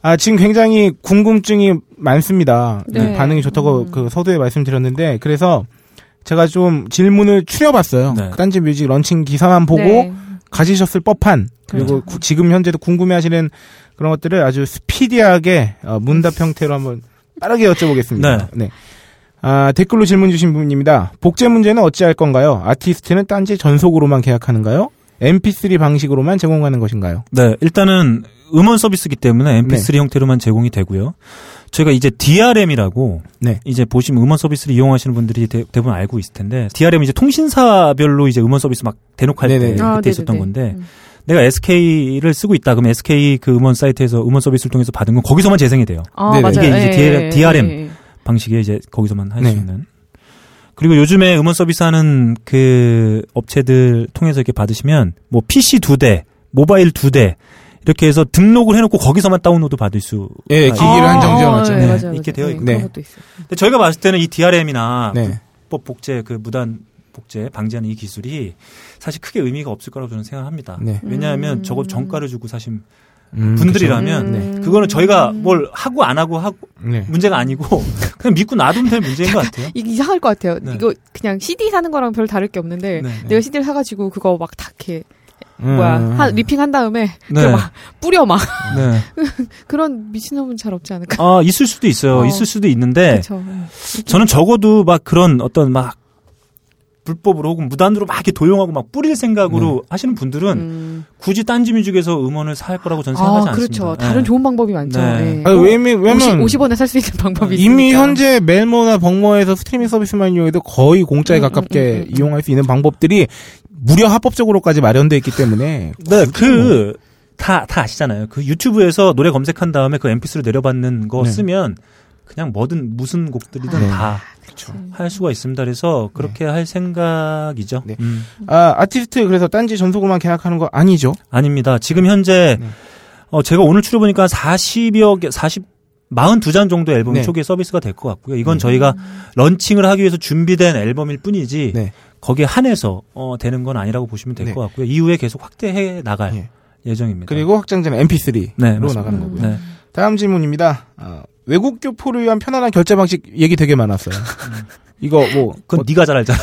[SPEAKER 1] 아 지금 굉장히 궁금증이 많습니다.
[SPEAKER 2] 네.
[SPEAKER 1] 반응이 좋다고
[SPEAKER 2] 음.
[SPEAKER 1] 그 서두에 말씀드렸는데 그래서 제가 좀 질문을 추려봤어요.
[SPEAKER 3] 네.
[SPEAKER 1] 딴지뮤직 런칭 기사만 보고
[SPEAKER 2] 네.
[SPEAKER 1] 가지셨을 법한 그리고
[SPEAKER 2] 그렇죠.
[SPEAKER 1] 구- 지금 현재도 궁금해하시는 그런 것들을 아주 스피디하게 어, 문답 형태로 한번 빠르게 여쭤보겠습니다. 네. 아, 댓글로 질문 주신 분입니다. 복제 문제는 어찌할 건가요? 아티스트는 딴지 전속으로만 계약하는가요? MP3 방식으로만 제공하는 것인가요?
[SPEAKER 3] 네, 일단은 음원 서비스이기 때문에
[SPEAKER 1] 네.
[SPEAKER 3] MP3 형태로만 제공이 되고요. 저희가 이제 DRM이라고
[SPEAKER 1] 네.
[SPEAKER 3] 이제 보시면 음원 서비스를 이용하시는 분들이 대, 부분 알고 있을 텐데 DRM 이제 통신사별로 이제 음원 서비스 막 대놓고 할때
[SPEAKER 1] 네네.
[SPEAKER 3] 그때
[SPEAKER 2] 아, 네네네.
[SPEAKER 3] 있었던 건데
[SPEAKER 2] 음.
[SPEAKER 3] 내가 SK를 쓰고 있다 그러면 SK 그 음원 사이트에서 음원 서비스를 통해서 받은 건 거기서만 재생이 돼요.
[SPEAKER 2] 아,
[SPEAKER 1] 네네.
[SPEAKER 2] 맞아요.
[SPEAKER 3] 이게 이제
[SPEAKER 2] 예,
[SPEAKER 3] DL-
[SPEAKER 2] 예,
[SPEAKER 3] DRM.
[SPEAKER 2] 예, 예.
[SPEAKER 3] 방식에 이제 거기서만 할 수
[SPEAKER 1] 네.
[SPEAKER 3] 있는. 그리고 요즘에 음원 서비스 하는 그 업체들 통해서 이렇게 받으시면 뭐 PC 두 대, 모바일 두 대, 이렇게 해서 등록을 해놓고 거기서만 다운로드 받을 수.
[SPEAKER 1] 예,
[SPEAKER 3] 있-
[SPEAKER 1] 기기를 한 정지하죠.
[SPEAKER 2] 예,
[SPEAKER 3] 네,
[SPEAKER 2] 맞아요,
[SPEAKER 3] 있게
[SPEAKER 2] 맞아요.
[SPEAKER 3] 되어
[SPEAKER 2] 예, 그런
[SPEAKER 3] 있고.
[SPEAKER 1] 네.
[SPEAKER 2] 것도 있어요.
[SPEAKER 3] 근데 저희가 봤을 때는 이 DRM이나
[SPEAKER 1] 네.
[SPEAKER 3] 불법 복제 그 무단 복제 방지하는 이 기술이 사실 크게 의미가 없을 거라고 저는 생각합니다.
[SPEAKER 1] 네.
[SPEAKER 3] 왜냐하면
[SPEAKER 2] 음.
[SPEAKER 3] 저거 정가를 주고 사실
[SPEAKER 1] 음,
[SPEAKER 3] 분들이라면
[SPEAKER 1] 네.
[SPEAKER 3] 그거는 저희가 뭘 하고 안 하고 하고
[SPEAKER 1] 그쵸? 네.
[SPEAKER 3] 문제가 아니고 그냥 믿고 놔두면 될 문제인 것 같아요.
[SPEAKER 2] 이게 이상할 것 같아요.
[SPEAKER 3] 네.
[SPEAKER 2] 이거 그냥 CD 사는 거랑 별 다를 게 없는데
[SPEAKER 3] 네.
[SPEAKER 2] 내가 CD를 사가지고 그거 막 다 이렇게
[SPEAKER 1] 음.
[SPEAKER 2] 뭐야 한, 리핑한 다음에
[SPEAKER 3] 네.
[SPEAKER 2] 그거 막 뿌려 막
[SPEAKER 3] 네.
[SPEAKER 2] 그런 미친놈은 잘 없지 않을까.
[SPEAKER 3] 아, 있을 수도 있어요.
[SPEAKER 2] 어.
[SPEAKER 3] 네. 있을 수도 있는데
[SPEAKER 2] 그렇죠.
[SPEAKER 3] 저는 적어도 막 그런 어떤 막 불법으로 혹은 무단으로 막 이렇게 도용하고 막 뿌릴 생각으로 하시는 분들은
[SPEAKER 2] 음.
[SPEAKER 3] 굳이 딴지 뮤직에서 음원을 살 거라고 저는 생각하지
[SPEAKER 2] 아, 그렇죠.
[SPEAKER 3] 않습니다.
[SPEAKER 2] 다른
[SPEAKER 3] 예.
[SPEAKER 2] 좋은 방법이 많죠.
[SPEAKER 3] 네.
[SPEAKER 2] 예.
[SPEAKER 1] 아니, 왜냐면, 왜냐면
[SPEAKER 2] 50, 원에 살 수 있는 방법이
[SPEAKER 1] 음. 이미
[SPEAKER 2] 있으니까.
[SPEAKER 1] 현재 멜모나 벙머에서 스트리밍 서비스만 이용해도 거의 공짜에
[SPEAKER 2] 음,
[SPEAKER 1] 가깝게
[SPEAKER 2] 음, 음, 음.
[SPEAKER 1] 이용할 수 있는 방법들이 무려 합법적으로까지 마련돼 있기 때문에
[SPEAKER 3] 네, 그, 다, 다 아시잖아요. 그 유튜브에서 노래 검색한 다음에 그 mp3로 내려받는 거
[SPEAKER 1] 네.
[SPEAKER 3] 쓰면 그냥 뭐든 무슨 곡들이든
[SPEAKER 1] 네.
[SPEAKER 3] 다 할
[SPEAKER 1] 그렇죠.
[SPEAKER 3] 수가 있습니다. 그래서 그렇게 할 생각이죠.
[SPEAKER 1] 네.
[SPEAKER 3] 음.
[SPEAKER 1] 아 아티스트 그래서 딴지 전속으로만 계약하는 거 아니죠?
[SPEAKER 3] 아닙니다. 지금 현재,
[SPEAKER 1] 네.
[SPEAKER 3] 어, 제가 오늘 추려보니까 40여 개, 40, 42장 정도 앨범이
[SPEAKER 1] 네.
[SPEAKER 3] 초기에 서비스가 될 것 같고요. 이건
[SPEAKER 1] 음.
[SPEAKER 3] 저희가 런칭을 하기 위해서 준비된 앨범일
[SPEAKER 2] 예.
[SPEAKER 3] 뿐이지,
[SPEAKER 1] 네.
[SPEAKER 3] 거기에 한해서, 어, 되는 건 아니라고 보시면 될 것
[SPEAKER 1] 네.
[SPEAKER 3] 같고요. 이후에 계속 확대해
[SPEAKER 2] 아,
[SPEAKER 3] 나갈
[SPEAKER 1] 예.
[SPEAKER 3] 예정입니다.
[SPEAKER 1] 그리고 확장자는 MP3로
[SPEAKER 3] 네, 맞습니다.
[SPEAKER 1] 나가는 거고요.
[SPEAKER 3] 네.
[SPEAKER 1] 다음 질문입니다. 아, 외국 교포를 위한 편안한 결제 방식 얘기 되게 많았어요.
[SPEAKER 2] 음.
[SPEAKER 1] 이거 뭐
[SPEAKER 2] 어,
[SPEAKER 3] 그건 네가 잘 알잖아.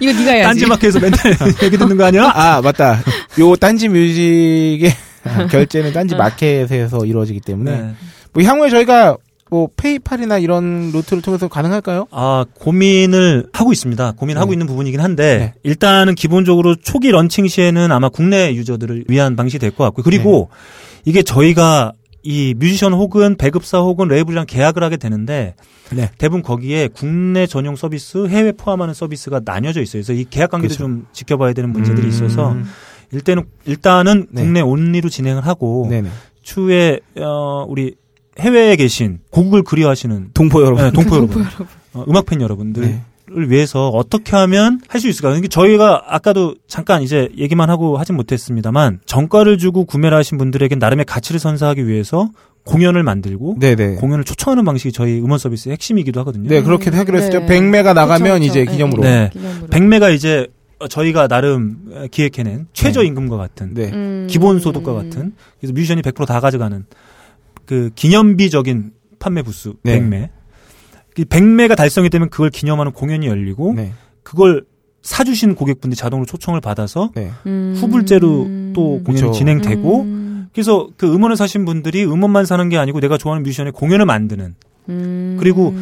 [SPEAKER 2] 이거 네가 해야지.
[SPEAKER 3] 딴지마켓에서 맨날 얘기 듣는 거 아니야?
[SPEAKER 1] 아 맞다. 요 딴지 뮤직의 결제는 딴지 마켓에서 이루어지기 때문에
[SPEAKER 3] 네.
[SPEAKER 1] 뭐 향후에 저희가 뭐 페이팔이나 이런 루트를 통해서 가능할까요?
[SPEAKER 3] 아, 고민을 하고 있습니다. 고민하고
[SPEAKER 1] 네.
[SPEAKER 3] 있는 부분이긴 한데,
[SPEAKER 1] 네.
[SPEAKER 3] 일단은 기본적으로 초기 런칭 시에는 아마 국내 유저들을 위한 방식이 될 것 같고요. 그리고
[SPEAKER 1] 네.
[SPEAKER 3] 이게 저희가 이 뮤지션 혹은 배급사 혹은 레이블이랑 계약을 하게 되는데,
[SPEAKER 1] 네.
[SPEAKER 3] 대부분 거기에 국내 전용 서비스, 해외 포함하는 서비스가 나뉘어져 있어요. 그래서 이 계약 관계도
[SPEAKER 1] 그렇죠.
[SPEAKER 3] 좀 지켜봐야 되는 문제들이 있어서,
[SPEAKER 1] 음.
[SPEAKER 3] 일단은, 일단은
[SPEAKER 1] 네.
[SPEAKER 3] 국내 온리로 진행을 하고,
[SPEAKER 1] 네네.
[SPEAKER 3] 추후에 어, 우리 해외에 계신 고국을 그리워하시는
[SPEAKER 1] 동포 여러분.
[SPEAKER 3] 네, 동포 여러분, 어, 음악 팬 여러분들을
[SPEAKER 1] 네.
[SPEAKER 3] 위해서 어떻게 하면 할 수 있을까? 그러니까 저희가 아까도 잠깐 이제 얘기만 하고 하진 못했습니다만 정가를 주고 구매를 하신 분들에겐 나름의 가치를 선사하기 위해서 공연을 만들고
[SPEAKER 1] 네네.
[SPEAKER 3] 공연을 초청하는 방식이 저희 음원 서비스의 핵심이기도 하거든요.
[SPEAKER 1] 네, 그렇게 하기로 했었죠.
[SPEAKER 2] 네.
[SPEAKER 1] 100매가 나가면
[SPEAKER 2] 그쵸,
[SPEAKER 1] 이제
[SPEAKER 2] 그쵸.
[SPEAKER 1] 기념으로.
[SPEAKER 3] 네.
[SPEAKER 2] 기념으로.
[SPEAKER 3] 백매가 이제 어, 저희가 나름 기획해낸 최저임금과 같은
[SPEAKER 1] 네.
[SPEAKER 2] 음.
[SPEAKER 3] 기본 소득과 같은 그래서 뮤지션이 100%다 가져가는 그 기념비적인 판매 부수
[SPEAKER 1] 네.
[SPEAKER 3] 100매. 이 100매가 달성이 되면 그걸 기념하는 공연이 열리고
[SPEAKER 1] 네.
[SPEAKER 3] 그걸 사주신 고객분들이 자동으로 초청을 받아서
[SPEAKER 1] 네.
[SPEAKER 2] 음.
[SPEAKER 3] 후불제로 또 공연이
[SPEAKER 1] 그렇죠.
[SPEAKER 3] 진행되고
[SPEAKER 2] 음.
[SPEAKER 3] 그래서 그 음원을 사신 분들이 음원만 사는 게 아니고 내가 좋아하는 뮤지션의 공연을 만드는
[SPEAKER 2] 음.
[SPEAKER 3] 그리고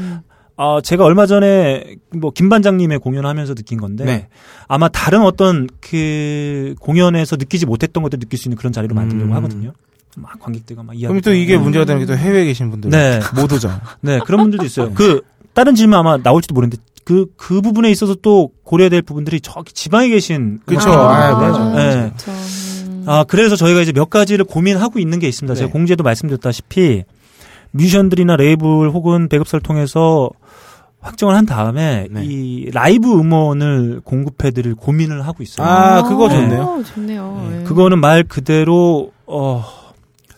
[SPEAKER 3] 아 제가 얼마 전에 뭐 김반장님의 공연을 하면서 느낀 건데
[SPEAKER 1] 네.
[SPEAKER 3] 아마 다른 어떤 그 공연에서 느끼지 못했던 것들 느낄 수 있는 그런 자리로 만들려고
[SPEAKER 1] 음.
[SPEAKER 3] 하거든요. 막 관객들과 막 이야기.
[SPEAKER 1] 그럼 또 이게 문제가 되는 게 또 해외에 계신 분들.
[SPEAKER 3] 네.
[SPEAKER 1] 못 오죠.
[SPEAKER 3] 네, 그런 분들도 있어요. 그, 다른 질문 아마 나올지도 모르는데, 그, 그 부분에 있어서 또 고려해야 될 부분들이 저기 지방에 계신.
[SPEAKER 1] 그쵸.
[SPEAKER 3] 음악가분들
[SPEAKER 1] 아,
[SPEAKER 3] 많아요.
[SPEAKER 1] 맞아.
[SPEAKER 3] 네.
[SPEAKER 2] 그쵸. 음.
[SPEAKER 3] 아, 그래서 저희가 이제 몇 가지를 고민하고 있는 게 있습니다. 제가
[SPEAKER 1] 네.
[SPEAKER 3] 공지에도 말씀드렸다시피, 뮤지션들이나 레이블 혹은 배급사를 통해서 확정을 한 다음에,
[SPEAKER 1] 네.
[SPEAKER 3] 이 라이브 음원을 공급해드릴 고민을 하고 있어요.
[SPEAKER 1] 아, 그거
[SPEAKER 2] 네.
[SPEAKER 1] 좋네요.
[SPEAKER 2] 어, 좋네요.
[SPEAKER 1] 네.
[SPEAKER 2] 예.
[SPEAKER 3] 그거는 말 그대로 어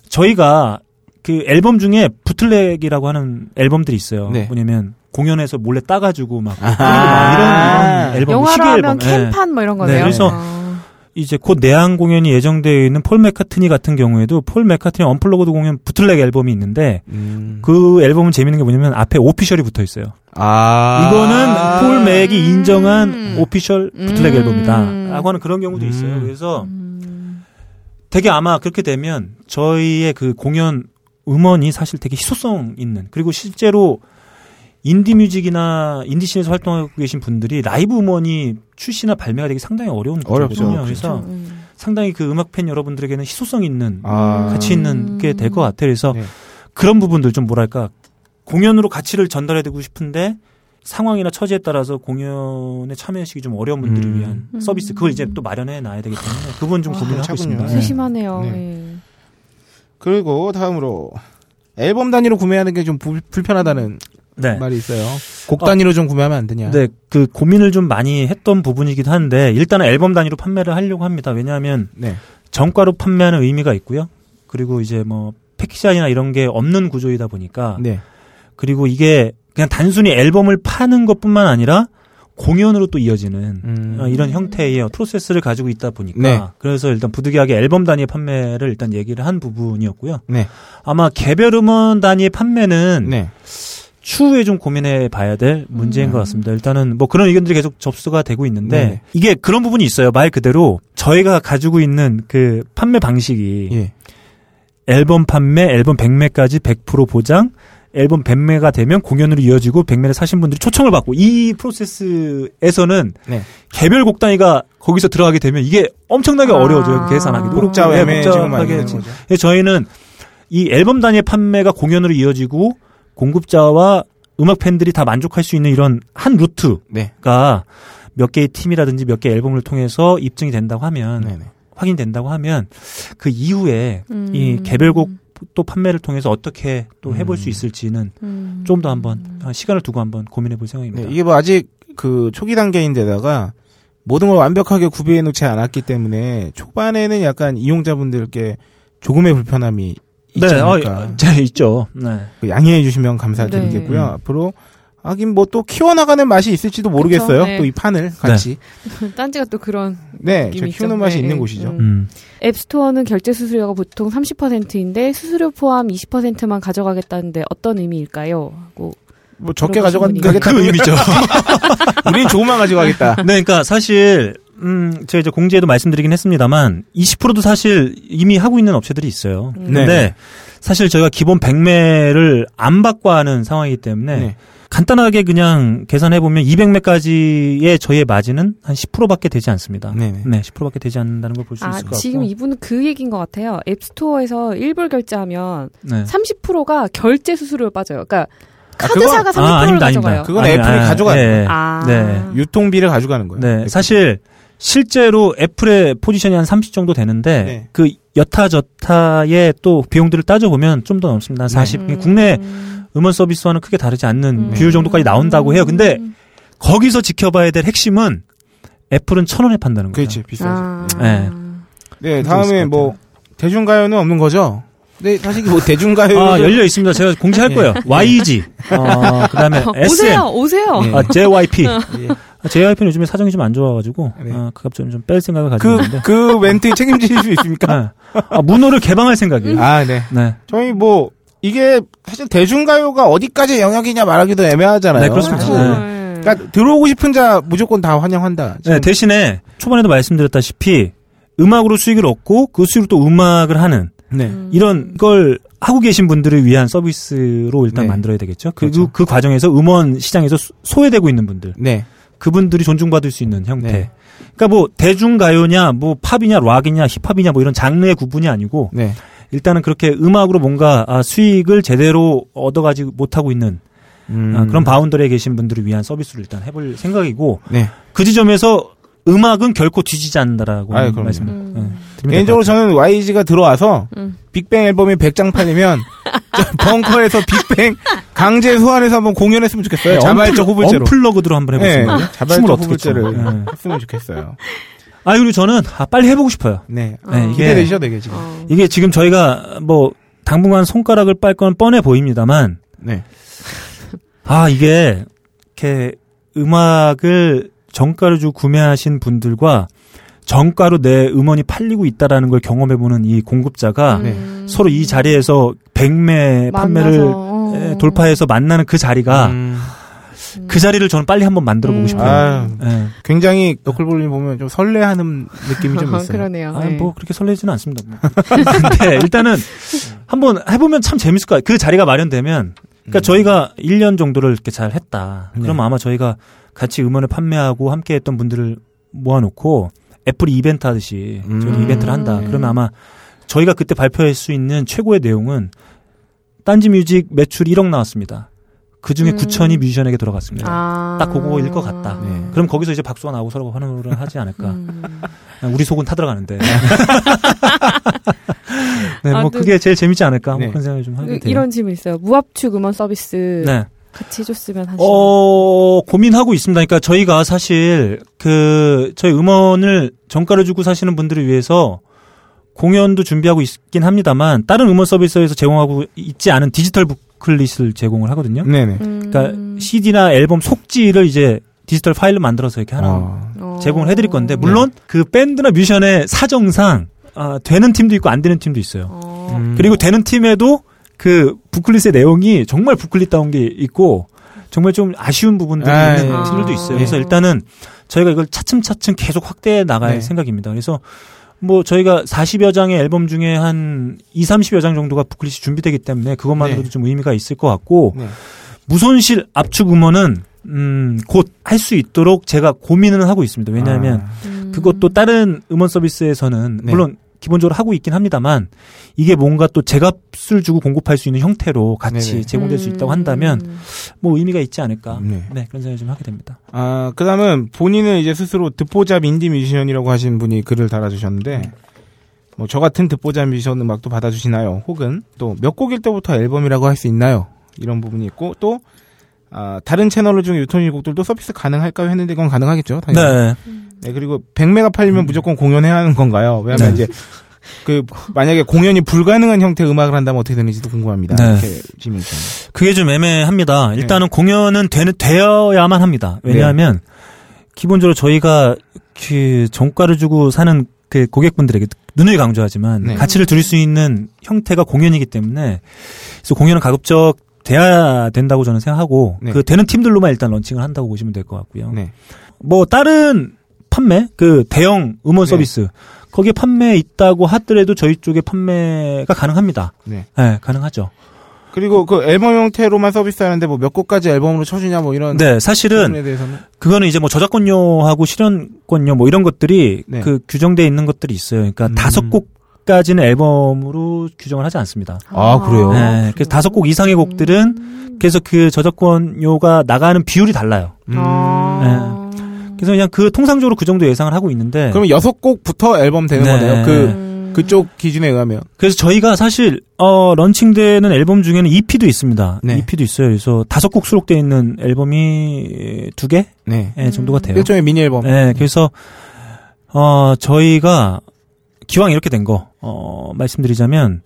[SPEAKER 3] 저희가 그 앨범 중에 부틀렉이라고 하는 앨범들이 있어요.
[SPEAKER 1] 네.
[SPEAKER 3] 뭐냐면 공연에서 몰래 따가지고 막
[SPEAKER 1] 아.
[SPEAKER 3] 이런, 이런 앨범
[SPEAKER 2] 영화로
[SPEAKER 3] CD
[SPEAKER 2] 하면
[SPEAKER 3] 앨범. 예.
[SPEAKER 2] 캔판 뭐 이런 거네요.
[SPEAKER 3] 네, 그래서
[SPEAKER 2] 아.
[SPEAKER 3] 이제 곧 내한 공연이 예정되어 있는 폴 맥카트니 같은 경우에도 폴 맥카트니 언플러그드 공연 부틀렉 앨범이 있는데
[SPEAKER 1] 음.
[SPEAKER 3] 그 앨범은 재밌는 게 뭐냐면 앞에 오피셜이 붙어 있어요.
[SPEAKER 1] 아.
[SPEAKER 3] 이거는 폴 맥이
[SPEAKER 2] 음.
[SPEAKER 3] 인정한 오피셜 부틀렉
[SPEAKER 2] 음.
[SPEAKER 3] 앨범이다라고 하는 그런 경우도 있어요.
[SPEAKER 1] 음.
[SPEAKER 3] 그래서
[SPEAKER 2] 음.
[SPEAKER 3] 되게 아마 그렇게 되면 저희의 그 공연 음원이 사실 되게 희소성 있는 그리고 실제로 인디뮤직이나 인디씬에서 활동하고 계신 분들이 라이브 음원이 출시나 발매가 되기 상당히 어려운
[SPEAKER 1] 어렵죠. 그렇죠.
[SPEAKER 3] 구조거든요. 그래서
[SPEAKER 2] 그쵸. 음. 상당히
[SPEAKER 3] 상당히 그 음악 팬 여러분들에게는 희소성 있는
[SPEAKER 1] 아.
[SPEAKER 3] 가치 있는 게 될 것 같아요. 그래서
[SPEAKER 1] 네.
[SPEAKER 3] 그런 부분들 좀 뭐랄까 공연으로 가치를 전달해드리고 싶은데 상황이나 처지에 따라서 공연에 참여하시기 좀 어려운 분들을
[SPEAKER 1] 음.
[SPEAKER 3] 위한
[SPEAKER 2] 음.
[SPEAKER 3] 서비스 그걸 이제 또 마련해 놔야 되기 때문에 그 부분 좀
[SPEAKER 2] 와,
[SPEAKER 3] 고민을 하고
[SPEAKER 1] 괜찮군요.
[SPEAKER 3] 있습니다.
[SPEAKER 1] 네.
[SPEAKER 2] 세심하네요.
[SPEAKER 1] 네.
[SPEAKER 2] 예.
[SPEAKER 1] 그리고 다음으로 앨범 단위로 구매하는 게 좀 불편하다는
[SPEAKER 3] 네. 아.
[SPEAKER 1] 말이 있어요. 곡 단위로 좀 구매하면 안 되냐.
[SPEAKER 3] 네, 그 고민을 좀 많이 했던 부분이기도 한데 일단은 앨범 단위로 판매를 하려고 합니다. 왜냐하면
[SPEAKER 1] 네.
[SPEAKER 3] 정가로 판매하는 의미가 있고요. 그리고 이제 뭐 패키지 안이나 이런 게 없는 구조이다 보니까
[SPEAKER 1] 네.
[SPEAKER 3] 그리고 이게 그냥 단순히 앨범을 파는 것뿐만 아니라 공연으로 또 이어지는
[SPEAKER 1] 음.
[SPEAKER 3] 어, 이런 형태의 프로세스를 가지고 있다 보니까
[SPEAKER 1] 네.
[SPEAKER 3] 그래서 일단 부득이하게 앨범 단위의 판매를 일단 얘기를 한 부분이었고요.
[SPEAKER 1] 네.
[SPEAKER 3] 아마 개별 음원 단위의 판매는
[SPEAKER 1] 네.
[SPEAKER 3] 추후에 좀 고민해 봐야 될 문제인
[SPEAKER 1] 음.
[SPEAKER 3] 것 같습니다. 일단은 뭐 그런 의견들이 계속 접수가 되고 있는데
[SPEAKER 1] 네네.
[SPEAKER 3] 이게 그런 부분이 있어요. 말 그대로 저희가 가지고 있는 그 판매 방식이
[SPEAKER 1] 예.
[SPEAKER 3] 앨범 판매, 앨범 100매까지 100% 보장, 앨범 100매가 되면 공연으로 이어지고 100매를 사신 분들이 초청을 받고 이 프로세스에서는
[SPEAKER 1] 네.
[SPEAKER 3] 개별 곡 단위가 거기서 들어가게 되면 이게 엄청나게
[SPEAKER 2] 아.
[SPEAKER 3] 어려워져요. 그 계산하기도.
[SPEAKER 1] 구독자
[SPEAKER 3] 네,
[SPEAKER 1] 외매 지금 많이
[SPEAKER 3] 복잡하게
[SPEAKER 1] 되는
[SPEAKER 3] 해서.
[SPEAKER 1] 거죠.
[SPEAKER 3] 근데 저희는 이 앨범 단위의 판매가 공연으로 이어지고 공급자와 음악 팬들이 다 만족할 수 있는 이런 한 루트가
[SPEAKER 1] 네.
[SPEAKER 3] 몇 개의 팀이라든지 몇 개의 앨범을 통해서 입증이 된다고 하면
[SPEAKER 1] 네네.
[SPEAKER 3] 확인된다고 하면 그 이후에
[SPEAKER 2] 음.
[SPEAKER 3] 이 개별곡 또 판매를 통해서 어떻게
[SPEAKER 1] 음.
[SPEAKER 3] 또 해볼 수 있을지는
[SPEAKER 2] 음.
[SPEAKER 3] 좀 더 한번 아, 시간을 두고 한번 고민해 볼 생각입니다.
[SPEAKER 1] 네, 이게 뭐 아직 그 초기 단계인데다가 모든 걸 완벽하게 구비해 놓지 않았기 때문에 초반에는 약간 이용자분들께 조금의 불편함이 있지
[SPEAKER 3] 네, 어,
[SPEAKER 1] 않을까.
[SPEAKER 3] 어, 잘 있죠. 네.
[SPEAKER 1] 그 양해해 주시면 감사드리겠고요.
[SPEAKER 3] 네.
[SPEAKER 1] 앞으로 하긴 뭐 또 키워나가는 맛이 있을지도 모르겠어요.
[SPEAKER 2] 그쵸, 네.
[SPEAKER 1] 또 이 판을 같이.
[SPEAKER 2] 음. 딴지가 또 그런
[SPEAKER 1] 네, 저
[SPEAKER 2] 느낌이
[SPEAKER 1] 키우는
[SPEAKER 2] 있죠.
[SPEAKER 1] 맛이
[SPEAKER 2] 네,
[SPEAKER 1] 있는
[SPEAKER 2] 네.
[SPEAKER 1] 곳이죠.
[SPEAKER 2] 음.
[SPEAKER 3] 음.
[SPEAKER 2] 앱스토어는 결제 수수료가 보통 30%인데 수수료 포함 20%만 가져가겠다는데 어떤 의미일까요? 하고
[SPEAKER 1] 뭐 적게
[SPEAKER 2] 그렇게
[SPEAKER 1] 가져가겠다.
[SPEAKER 2] 충분히.
[SPEAKER 3] 그 의미죠.
[SPEAKER 1] 우리는 조금만 가져가겠다.
[SPEAKER 3] 네, 그러니까 사실 음, 제가 이제 공지에도 말씀드리긴 했습니다만 20%도 사실 이미 하고 있는 업체들이 있어요.
[SPEAKER 2] 음.
[SPEAKER 1] 네.
[SPEAKER 3] 근데 사실 저희가 기본 100매를 안 받고 하는 상황이기 때문에
[SPEAKER 1] 네.
[SPEAKER 3] 간단하게 그냥 계산해 보면 200매까지의 저희의 마진은 한 10%밖에 되지 않습니다.
[SPEAKER 1] 네,
[SPEAKER 2] 음.
[SPEAKER 1] 네.
[SPEAKER 3] 10%밖에 되지 않는다는 걸 볼 수
[SPEAKER 2] 아
[SPEAKER 3] 있을 것 같고.
[SPEAKER 2] 지금 이분은 그 얘기인 것 같아요. 앱스토어에서 일불 결제하면
[SPEAKER 3] 네.
[SPEAKER 2] 30%가 결제 수수료에 빠져요. 그러니까
[SPEAKER 1] 아,
[SPEAKER 2] 카드사가
[SPEAKER 3] 그건-
[SPEAKER 2] 30%를
[SPEAKER 3] 아, 아닙니다,
[SPEAKER 2] 가져가요.
[SPEAKER 3] 아닙니다.
[SPEAKER 1] 그건
[SPEAKER 3] 아니,
[SPEAKER 1] 애플이
[SPEAKER 3] 아,
[SPEAKER 1] 가져가는
[SPEAKER 3] 예,
[SPEAKER 1] 거예요.
[SPEAKER 3] 예.
[SPEAKER 2] 아.
[SPEAKER 3] 네.
[SPEAKER 1] 유통비를 가져가는 거예요.
[SPEAKER 3] 네,
[SPEAKER 1] 네.
[SPEAKER 3] 사실 실제로 애플의 포지션이 한 30 정도 되는데
[SPEAKER 1] 네.
[SPEAKER 3] 그 여타저타의 또 비용들을 따져보면 좀 더 넘습니다. 한
[SPEAKER 1] 네.
[SPEAKER 3] 40.
[SPEAKER 2] 음.
[SPEAKER 3] 국내 음원 서비스와는 크게 다르지 않는
[SPEAKER 2] 음.
[SPEAKER 3] 비율 정도까지 나온다고 해요. 근데
[SPEAKER 2] 음.
[SPEAKER 3] 거기서 지켜봐야 될 핵심은 애플은 천 원에 판다는 거죠.
[SPEAKER 1] 그렇지 비싸죠.
[SPEAKER 2] 아.
[SPEAKER 3] 네.
[SPEAKER 1] 네,
[SPEAKER 3] 그런 게
[SPEAKER 1] 다음에
[SPEAKER 3] 있을 것
[SPEAKER 1] 뭐 대중가요는 없는 거죠? 네, 사실 뭐 대중가요.
[SPEAKER 3] 아, 열려 있습니다. 제가 공지할
[SPEAKER 1] 네.
[SPEAKER 3] 거예요. YG. 어, 그다음에 SM.
[SPEAKER 2] 오세요, 어. 오세요.
[SPEAKER 1] 예.
[SPEAKER 3] 아, JYP.
[SPEAKER 1] 예.
[SPEAKER 3] JYP는 요즘에 사정이 좀 안 좋아가지고
[SPEAKER 1] 네.
[SPEAKER 3] 아, 그값 좀뺄 생각을 가지고
[SPEAKER 1] 그,
[SPEAKER 3] 있는데.
[SPEAKER 1] 그 멘트 책임질 수 있습니까?
[SPEAKER 3] 네. 아, 문호를 개방할 생각이에요.
[SPEAKER 1] 아, 네.
[SPEAKER 3] 네.
[SPEAKER 1] 저희 뭐, 이게 사실 대중가요가 어디까지 영역이냐 말하기도 애매하잖아요.
[SPEAKER 3] 네, 그렇습니다.
[SPEAKER 1] 사실.
[SPEAKER 3] 네.
[SPEAKER 1] 그러니까 들어오고 싶은 자 무조건 다 환영한다.
[SPEAKER 3] 네, 대신에 초반에도 말씀드렸다시피 음악으로 수익을 얻고 그 수익으로 또 음악을 하는
[SPEAKER 1] 네.
[SPEAKER 3] 이런 걸 하고 계신 분들을 위한 서비스로 일단
[SPEAKER 1] 네.
[SPEAKER 3] 만들어야 되겠죠. 그,
[SPEAKER 1] 그렇죠.
[SPEAKER 3] 그 과정에서 음원 시장에서 소- 소외되고 있는 분들,
[SPEAKER 1] 네.
[SPEAKER 3] 그분들이 존중받을 수 있는 형태.
[SPEAKER 1] 네.
[SPEAKER 3] 그러니까 뭐 대중가요냐, 뭐 팝이냐, 락이냐, 힙합이냐 뭐 이런 장르의 구분이 아니고
[SPEAKER 1] 네.
[SPEAKER 3] 일단은 그렇게 음악으로 뭔가 아, 수익을 제대로 얻어가지 못하고 있는
[SPEAKER 1] 음.
[SPEAKER 3] 아, 그런 바운더리에 계신 분들을 위한 서비스를 일단 해볼 생각이고
[SPEAKER 1] 네.
[SPEAKER 3] 그 지점에서 음악은 결코 뒤지지 않는다라고
[SPEAKER 1] 아유, 그럼요.
[SPEAKER 3] 말씀을
[SPEAKER 2] 음.
[SPEAKER 3] 예, 드리면
[SPEAKER 1] 개인적으로
[SPEAKER 3] 될것
[SPEAKER 1] 저는 YG가 들어와서
[SPEAKER 2] 음.
[SPEAKER 1] 빅뱅 앨범이 100장 팔리면 저 벙커에서 빅뱅 강제 소환해서 한번 공연했으면 좋겠어요.
[SPEAKER 3] 같아요.
[SPEAKER 1] 자발적
[SPEAKER 3] 네, 언플러-
[SPEAKER 1] 후불제로.
[SPEAKER 3] 언플러그드로 한번 해보시는
[SPEAKER 1] 네,
[SPEAKER 3] 거예요.
[SPEAKER 1] 자발적
[SPEAKER 3] 춤을 어떻게 춰?
[SPEAKER 1] 후불제를
[SPEAKER 3] 예.
[SPEAKER 1] 했으면 좋겠어요.
[SPEAKER 3] 아 그리고 저는 아, 빨리 해보고 싶어요.
[SPEAKER 1] 네.
[SPEAKER 3] 네, 이게-
[SPEAKER 1] 기대되시죠, 되게 지금.
[SPEAKER 2] 음. 어.
[SPEAKER 3] 이게 지금 저희가 뭐 당분간 손가락을 빨 건 뻔해 보입니다만
[SPEAKER 1] 네.
[SPEAKER 3] 아 이게 이렇게 음악을 정가로 주고 구매하신 분들과 정가로 내 음원이 팔리고 있다라는 걸 경험해보는 이 공급자가
[SPEAKER 1] 네.
[SPEAKER 2] 음.
[SPEAKER 3] 그러니까 서로 이 자리에서 100매 판매를
[SPEAKER 2] 만나서,
[SPEAKER 3] 예,
[SPEAKER 2] 어.
[SPEAKER 3] 돌파해서 만나는 그 자리가
[SPEAKER 1] 음.
[SPEAKER 2] 음.
[SPEAKER 3] 그 자리를 저는 빨리 한번 만들어 보고
[SPEAKER 2] 음.
[SPEAKER 3] 싶어요.
[SPEAKER 1] 아,
[SPEAKER 3] 예.
[SPEAKER 1] 굉장히 너클볼님 보면 좀 설레하는 느낌이 좀 있어요.
[SPEAKER 2] 그러네요.
[SPEAKER 3] 아,
[SPEAKER 2] 네.
[SPEAKER 3] 뭐 그렇게 설레지는 않습니다. 뭐. 근데 일단은 한번 해보면 참 재밌을 거예요. 그 자리가 마련되면, 그러니까
[SPEAKER 1] 음.
[SPEAKER 3] 저희가 1년 정도를 이렇게 잘 했다.
[SPEAKER 1] 네.
[SPEAKER 3] 그러면 아마 저희가 같이 음원을 판매하고 함께했던 분들을 모아놓고 애플이 이벤트 하듯이
[SPEAKER 1] 음.
[SPEAKER 3] 저희 이벤트를 한다.
[SPEAKER 2] 음.
[SPEAKER 3] 그러면 아마 저희가 그때 발표할 수 있는 최고의 내용은 딴지뮤직 매출 1억 나왔습니다. 그 중에
[SPEAKER 2] 음.
[SPEAKER 3] 9천이 뮤지션에게 돌아갔습니다.
[SPEAKER 2] 아.
[SPEAKER 3] 딱 그거일 것 같다. 그러니까.
[SPEAKER 1] 네.
[SPEAKER 3] 그럼 거기서 이제 박수가 나오고 서로 환호를 하지 않을까.
[SPEAKER 2] 음.
[SPEAKER 3] 아, 우리 속은 타들어가는데. 네,
[SPEAKER 2] 아,
[SPEAKER 3] 뭐
[SPEAKER 2] 네.
[SPEAKER 3] 그게 제일 재밌지 않을까
[SPEAKER 1] 네.
[SPEAKER 3] 뭐 그런 생각을 좀 하게
[SPEAKER 2] 그-
[SPEAKER 3] 돼요.
[SPEAKER 2] 이런 그 질문 있어요. 무압축 음원 서비스
[SPEAKER 3] 네.
[SPEAKER 2] 같이 해줬으면 하시는.
[SPEAKER 3] 어, 고민하고 있습니다. 그러니까 저희가 사실 그 저희 음원을 정가를 주고 사시는 분들을 위해서 공연도 준비하고 있긴 합니다만 다른 음원 서비스에서 제공하고 있지 않은 디지털 부클릿을 제공을 하거든요.
[SPEAKER 1] 네네.
[SPEAKER 2] 음.
[SPEAKER 3] 그러니까 CD나 앨범 속지를 이제 디지털 파일로 만들어서 이렇게 하는
[SPEAKER 1] 어.
[SPEAKER 2] 어.
[SPEAKER 3] 제공을 해드릴 건데 물론 그 밴드나 뮤지션의 사정상 아, 되는 팀도 있고 안 되는 팀도 있어요.
[SPEAKER 2] 어.
[SPEAKER 1] 음.
[SPEAKER 3] 그리고 되는 팀에도 그 부클릿의 내용이 정말 부클릿다운 게 있고 정말 좀 아쉬운 부분들이
[SPEAKER 1] 아,
[SPEAKER 3] 있는
[SPEAKER 1] 예.
[SPEAKER 3] 팀들도 있어요.
[SPEAKER 2] 아.
[SPEAKER 3] 그래서 일단은 저희가 이걸 차츰차츰 계속 확대해 나갈
[SPEAKER 1] 네.
[SPEAKER 3] 생각입니다. 그래서 뭐 저희가 40여 장의 앨범 중에 한 2, 30여 장 정도가 부클릿이 준비되기 때문에 그것만으로도
[SPEAKER 1] 네.
[SPEAKER 3] 좀 의미가 있을 것 같고
[SPEAKER 1] 네.
[SPEAKER 3] 무손실 압축 음원은 음, 곧 할 수 있도록 제가 고민을 하고 있습니다. 왜냐하면
[SPEAKER 1] 아,
[SPEAKER 2] 음.
[SPEAKER 3] 그것도 다른 음원 서비스에서는
[SPEAKER 1] 네.
[SPEAKER 3] 물론 기본적으로 하고 있긴 합니다만 이게 뭔가 또 제값을 주고 공급할 수 있는 형태로 같이
[SPEAKER 1] 네네.
[SPEAKER 3] 제공될 수 있다고
[SPEAKER 2] 음.
[SPEAKER 3] 한다면 뭐 의미가 있지 않을까
[SPEAKER 1] 네.
[SPEAKER 3] 네 그런 생각을 좀 하게 됩니다
[SPEAKER 1] 아, 그 다음은 본인은 이제 스스로 듣보잡 인디 뮤지션이라고 하신 분이 글을 달아주셨는데, 뭐, 저 같은 듣보잡 뮤지션 음악도 받아주시나요? 혹은 또 몇 곡일 때부터 앨범이라고 할 수 있나요? 이런 부분이 있고, 또, 아, 다른 채널 중에 유통일 곡들도 서비스 가능할까요? 했는데 그건 가능하겠죠, 당연히.
[SPEAKER 3] 네
[SPEAKER 2] 음.
[SPEAKER 1] 네, 그리고 100메가 팔리면
[SPEAKER 3] 음.
[SPEAKER 1] 무조건 공연해야 하는 건가요? 왜냐면
[SPEAKER 3] 네.
[SPEAKER 1] 이제, 그, 만약에 공연이 불가능한 형태의 음악을 한다면 어떻게 되는지도 궁금합니다.
[SPEAKER 3] 네.
[SPEAKER 1] 이렇게 질문 주셨네요.
[SPEAKER 3] 그게 좀 애매합니다
[SPEAKER 1] 네.
[SPEAKER 3] 일단은 공연은 되, 되어야만 합니다 왜냐하면 기본적으로 저희가 그 정가를 주고 사는 그 고객분들에게 눈을 강조하지만
[SPEAKER 1] 네.
[SPEAKER 3] 가치를 드릴 수 있는 형태가 공연이기 때문에 그래서 공연은 가급적 돼야 된다고 저는 생각하고
[SPEAKER 1] 네.
[SPEAKER 3] 그 되는 팀들로만 일단 런칭을 한다고 보시면 될 것 같고요.
[SPEAKER 1] 네.
[SPEAKER 3] 뭐 다른 판매 그 대형 음원
[SPEAKER 1] 네.
[SPEAKER 3] 서비스 거기에 판매 있다고 하더라도 저희 쪽에 판매가 가능합니다.
[SPEAKER 1] 네.
[SPEAKER 3] 네, 가능하죠.
[SPEAKER 1] 그리고 그 앨범 형태로만 서비스하는데 뭐 몇 곡까지 앨범으로 쳐주냐 뭐 이런
[SPEAKER 3] 네, 사실은
[SPEAKER 1] 부분에 대해서는
[SPEAKER 3] 그거는 이제 뭐 저작권료하고 실현권료 뭐 이런 것들이
[SPEAKER 1] 네.
[SPEAKER 3] 그 규정돼 있는 것들이 있어요. 그러니까
[SPEAKER 1] 음.
[SPEAKER 3] 다섯 곡까지는 앨범으로 규정을 하지 않습니다.
[SPEAKER 1] 아, 그래요?
[SPEAKER 3] 네, 그래서 다섯 곡 이상의 곡들은
[SPEAKER 2] 음.
[SPEAKER 3] 그래서 그 저작권료가 나가는 비율이 달라요.
[SPEAKER 2] 아.
[SPEAKER 3] 그래서 그냥 그 통상적으로 그 정도 예상을 하고 있는데
[SPEAKER 1] 그러면 여섯 곡부터 앨범 되는
[SPEAKER 3] 네.
[SPEAKER 1] 거네요. 그
[SPEAKER 2] 음.
[SPEAKER 1] 그쪽 기준에 의하면
[SPEAKER 3] 그래서 저희가 사실 어 런칭되는 앨범 중에는 EP도 있습니다.
[SPEAKER 1] 네.
[SPEAKER 3] EP도 있어요. 그래서 다섯 곡 수록되어 있는 앨범이 두 개
[SPEAKER 1] 네
[SPEAKER 3] 예, 정도가 돼요.
[SPEAKER 1] 일종의 미니 앨범.
[SPEAKER 3] 네, 그래서 어 저희가 기왕 이렇게 된 거 어 말씀드리자면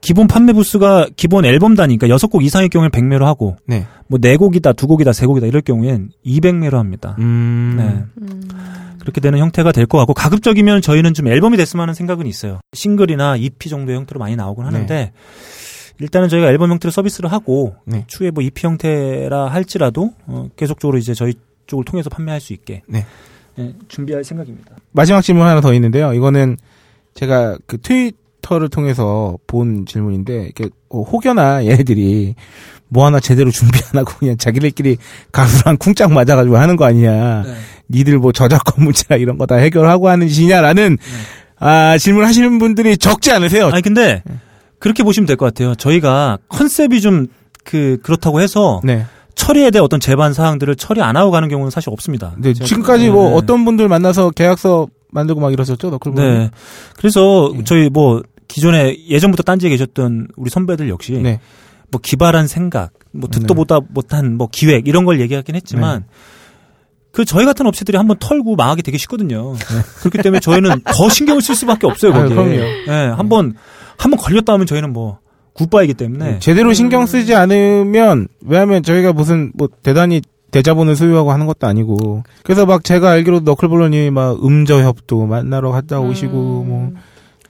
[SPEAKER 3] 기본 판매 부수가 기본 앨범 단위니까 여섯 곡 이상의 경우엔 100매로 하고
[SPEAKER 1] 네.
[SPEAKER 3] 뭐 네 곡이다, 두 곡이다, 세 곡이다 이럴 경우엔 200매로 합니다.
[SPEAKER 1] 음.
[SPEAKER 3] 네.
[SPEAKER 2] 음.
[SPEAKER 3] 그렇게 되는 형태가 될 것 같고 가급적이면 저희는 좀 앨범이 됐으면 하는 생각은 있어요. 싱글이나 EP 정도의 형태로 많이 나오곤
[SPEAKER 1] 네.
[SPEAKER 3] 하는데 일단은 저희가 앨범 형태로 서비스를 하고
[SPEAKER 1] 네.
[SPEAKER 3] 추후에 뭐 EP 형태라 할지라도 어, 계속적으로 이제 저희 쪽을 통해서 판매할 수 있게
[SPEAKER 1] 네.
[SPEAKER 3] 예, 준비할 생각입니다.
[SPEAKER 1] 마지막 질문 하나 더 있는데요. 이거는 제가 그 트위터를 통해서 본 질문인데 이렇게 어, 혹여나 얘네들이 뭐 하나 제대로 준비 안 하고 그냥 자기들끼리 가수랑 쿵짝 맞아가지고 하는 거 아니냐.
[SPEAKER 2] 네.
[SPEAKER 1] 니들 뭐 저작권 문제나 이런 거 다 해결하고 하는 짓이냐라는
[SPEAKER 2] 네.
[SPEAKER 1] 아 질문하시는 분들이 적지 않으세요.
[SPEAKER 3] 아니 근데
[SPEAKER 1] 네.
[SPEAKER 3] 그렇게 보시면 될 것 같아요. 저희가 컨셉이 좀 그 그렇다고 해서
[SPEAKER 1] 네.
[SPEAKER 3] 처리에 대한 어떤 제반 사항들을 처리 안 하고 가는 경우는 사실 없습니다.
[SPEAKER 1] 네,
[SPEAKER 3] 제가-
[SPEAKER 1] 지금까지 뭐
[SPEAKER 3] 네.
[SPEAKER 1] 어떤 분들 만나서 계약서 만들고 막 이러셨죠, 너클
[SPEAKER 3] 네. 그래서
[SPEAKER 1] 예.
[SPEAKER 3] 저희 뭐 기존에 예전부터 딴지에 계셨던 우리 선배들 역시
[SPEAKER 1] 네.
[SPEAKER 3] 뭐 기발한 생각, 뭐
[SPEAKER 1] 네.
[SPEAKER 3] 듣도 보다 못한 뭐 기획 이런 걸 얘기하긴 했지만 그 저희 같은 업체들이 한번 털고 망하게 되게 쉽거든요. 그렇기 때문에 저희는 더 신경을 쓸 수밖에 없어요.
[SPEAKER 1] 아,
[SPEAKER 3] 거기에.
[SPEAKER 1] 그럼요.
[SPEAKER 3] 예, 한번 한번 걸렸다 하면 저희는 뭐 굿바이기 때문에
[SPEAKER 1] 제대로
[SPEAKER 2] 음.
[SPEAKER 1] 신경 쓰지 않으면 왜냐하면 저희가 무슨 뭐 대단히 대자본을 소유하고 하는 것도 아니고 그래서 막 제가 알기로 너클볼러님이 막 음저협도 만나러 갔다 오시고
[SPEAKER 3] 음.
[SPEAKER 1] 뭐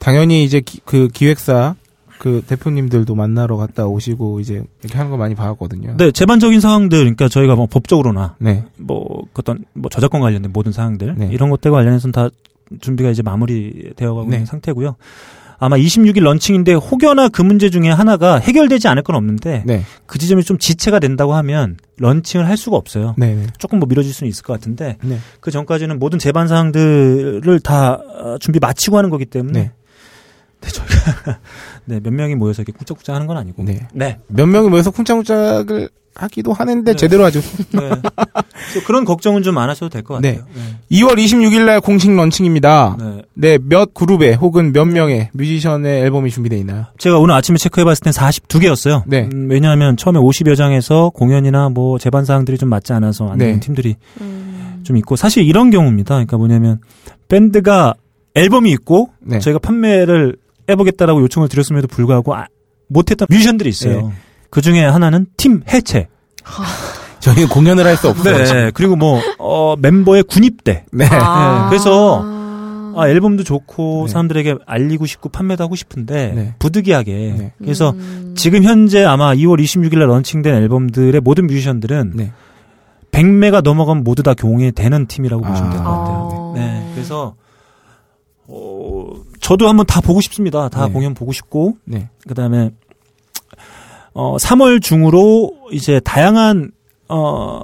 [SPEAKER 1] 당연히 이제 기- 그 기획사 그 대표님들도 만나러 갔다 오시고 이제 이렇게 하는 거 많이 봐왔거든요.
[SPEAKER 3] 네, 제반적인 사항들 그러니까 저희가 뭐 법적으로나
[SPEAKER 1] 네.
[SPEAKER 3] 뭐 어떤 뭐 저작권 관련된 모든 사항들
[SPEAKER 1] 네.
[SPEAKER 3] 이런 것들과 관련해서는 다 준비가 이제 마무리되어가고
[SPEAKER 1] 네.
[SPEAKER 3] 있는 상태고요. 아마 26일 런칭인데 혹여나 그 문제 중에 하나가 해결되지 않을 건 없는데
[SPEAKER 1] 네.
[SPEAKER 3] 그 지점이 좀 지체가 된다고 하면 런칭을 할 수가 없어요.
[SPEAKER 1] 네. 네.
[SPEAKER 3] 조금 뭐 미뤄질 수는 있을 것 같은데
[SPEAKER 1] 네.
[SPEAKER 3] 그 전까지는 모든 제반 사항들을 다 어, 준비 마치고 하는 거기 때문에
[SPEAKER 1] 네.
[SPEAKER 3] 네, 저희가 네, 몇 명이 모여서 이렇게 쿵짝쿵짝 하는 건 아니고
[SPEAKER 1] 네.
[SPEAKER 3] 네.
[SPEAKER 1] 몇 명이 모여서 쿵짝쿵짝을 하기도 하는데
[SPEAKER 3] 네.
[SPEAKER 1] 제대로 하죠.
[SPEAKER 3] 네. 그래서 그런 걱정은 좀 안 하셔도 될 것 같아요. 네.
[SPEAKER 1] 2월 26일 날 공식 런칭입니다.
[SPEAKER 3] 네.
[SPEAKER 1] 네, 몇 그룹에 혹은 몇 명의 뮤지션의 앨범이 준비되어 있나요?
[SPEAKER 3] 제가 오늘 아침에 체크해봤을 땐 42개였어요.
[SPEAKER 1] 네.
[SPEAKER 3] 왜냐하면 처음에 50여 장에서 공연이나 뭐 재반 사항들이 좀 맞지 않아서 안 되는
[SPEAKER 1] 네.
[SPEAKER 3] 팀들이
[SPEAKER 2] 음.
[SPEAKER 3] 좀 있고 사실 이런 경우입니다. 그러니까 뭐냐면 밴드가 앨범이 있고
[SPEAKER 1] 네.
[SPEAKER 3] 저희가 판매를 해보겠다라고 요청을 드렸음에도 불구하고 아- 못했던 뮤지션들이 있어요.
[SPEAKER 1] 네.
[SPEAKER 3] 그 중에 하나는 팀 해체.
[SPEAKER 1] 저희 공연을 할 수 없어요.
[SPEAKER 3] 네. 그리고 뭐 어, 멤버의 군입대.
[SPEAKER 1] 네.
[SPEAKER 2] 아.
[SPEAKER 3] 네, 그래서 아,
[SPEAKER 2] 음.
[SPEAKER 3] 앨범도 좋고
[SPEAKER 1] 네.
[SPEAKER 3] 사람들에게 알리고 싶고 판매도 하고 싶은데
[SPEAKER 1] 네.
[SPEAKER 3] 부득이하게
[SPEAKER 1] 네.
[SPEAKER 3] 그래서
[SPEAKER 2] 음.
[SPEAKER 3] 지금 현재 아마 2월 26일 날 런칭된 앨범들의 모든 뮤지션들은
[SPEAKER 1] 네.
[SPEAKER 3] 100매가 넘어가면 모두 다 경에 되는 팀이라고
[SPEAKER 1] 아.
[SPEAKER 3] 보시면 될 것
[SPEAKER 1] 아.
[SPEAKER 3] 같아요. 네. 그래서 어, 저도 한번 다 보고 싶습니다. 다
[SPEAKER 1] 네.
[SPEAKER 3] 공연 보고 싶고
[SPEAKER 1] 네.
[SPEAKER 3] 그다음에 어 3월 중으로 이제 다양한 어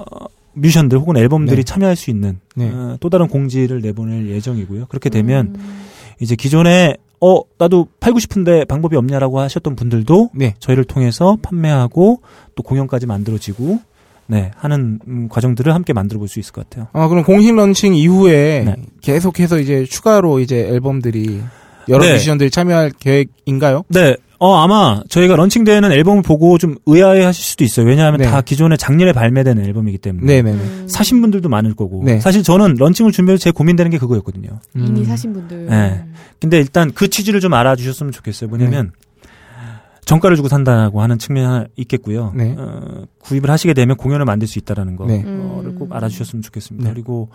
[SPEAKER 3] 뮤지션들 혹은 앨범들이
[SPEAKER 1] 네.
[SPEAKER 3] 참여할 수 있는
[SPEAKER 1] 네.
[SPEAKER 3] 어, 또 다른 공지를 내보낼 예정이고요. 그렇게 되면
[SPEAKER 2] 음.
[SPEAKER 3] 이제 기존에 어 나도 팔고 싶은데 방법이 없냐라고 하셨던 분들도
[SPEAKER 1] 네.
[SPEAKER 3] 저희를 통해서 판매하고 또 공연까지 만들어지고 네 하는 음, 과정들을 함께 만들어 볼 수 있을 것 같아요.
[SPEAKER 1] 아, 그럼 공식 런칭 이후에
[SPEAKER 3] 네.
[SPEAKER 1] 계속해서 이제 추가로 이제 앨범들이 여러
[SPEAKER 3] 네.
[SPEAKER 1] 뮤지션들이 참여할 계획인가요?
[SPEAKER 3] 네. 어 아마 저희가 런칭 되는 앨범을 보고 좀 의아해 하실 수도 있어요. 왜냐하면
[SPEAKER 1] 네.
[SPEAKER 3] 다 기존에 작년에 발매된 앨범이기 때문에
[SPEAKER 1] 네, 네, 네.
[SPEAKER 2] 음.
[SPEAKER 3] 사신 분들도 많을 거고
[SPEAKER 1] 네.
[SPEAKER 3] 사실 저는 런칭을 준비해서 제일 고민되는 게 그거였거든요.
[SPEAKER 1] 음.
[SPEAKER 2] 이미 사신 분들.
[SPEAKER 3] 음. 네. 근데 일단 그 취지를 좀 알아주셨으면 좋겠어요. 뭐냐면
[SPEAKER 1] 네.
[SPEAKER 3] 정가를 주고 산다고 하는 측면이 하나 있겠고요.
[SPEAKER 1] 네.
[SPEAKER 3] 어, 구입을 하시게 되면 공연을 만들 수 있다라는 거.
[SPEAKER 1] 네.
[SPEAKER 2] 음.
[SPEAKER 3] 거를 꼭 알아주셨으면 좋겠습니다.
[SPEAKER 1] 네.
[SPEAKER 3] 그리고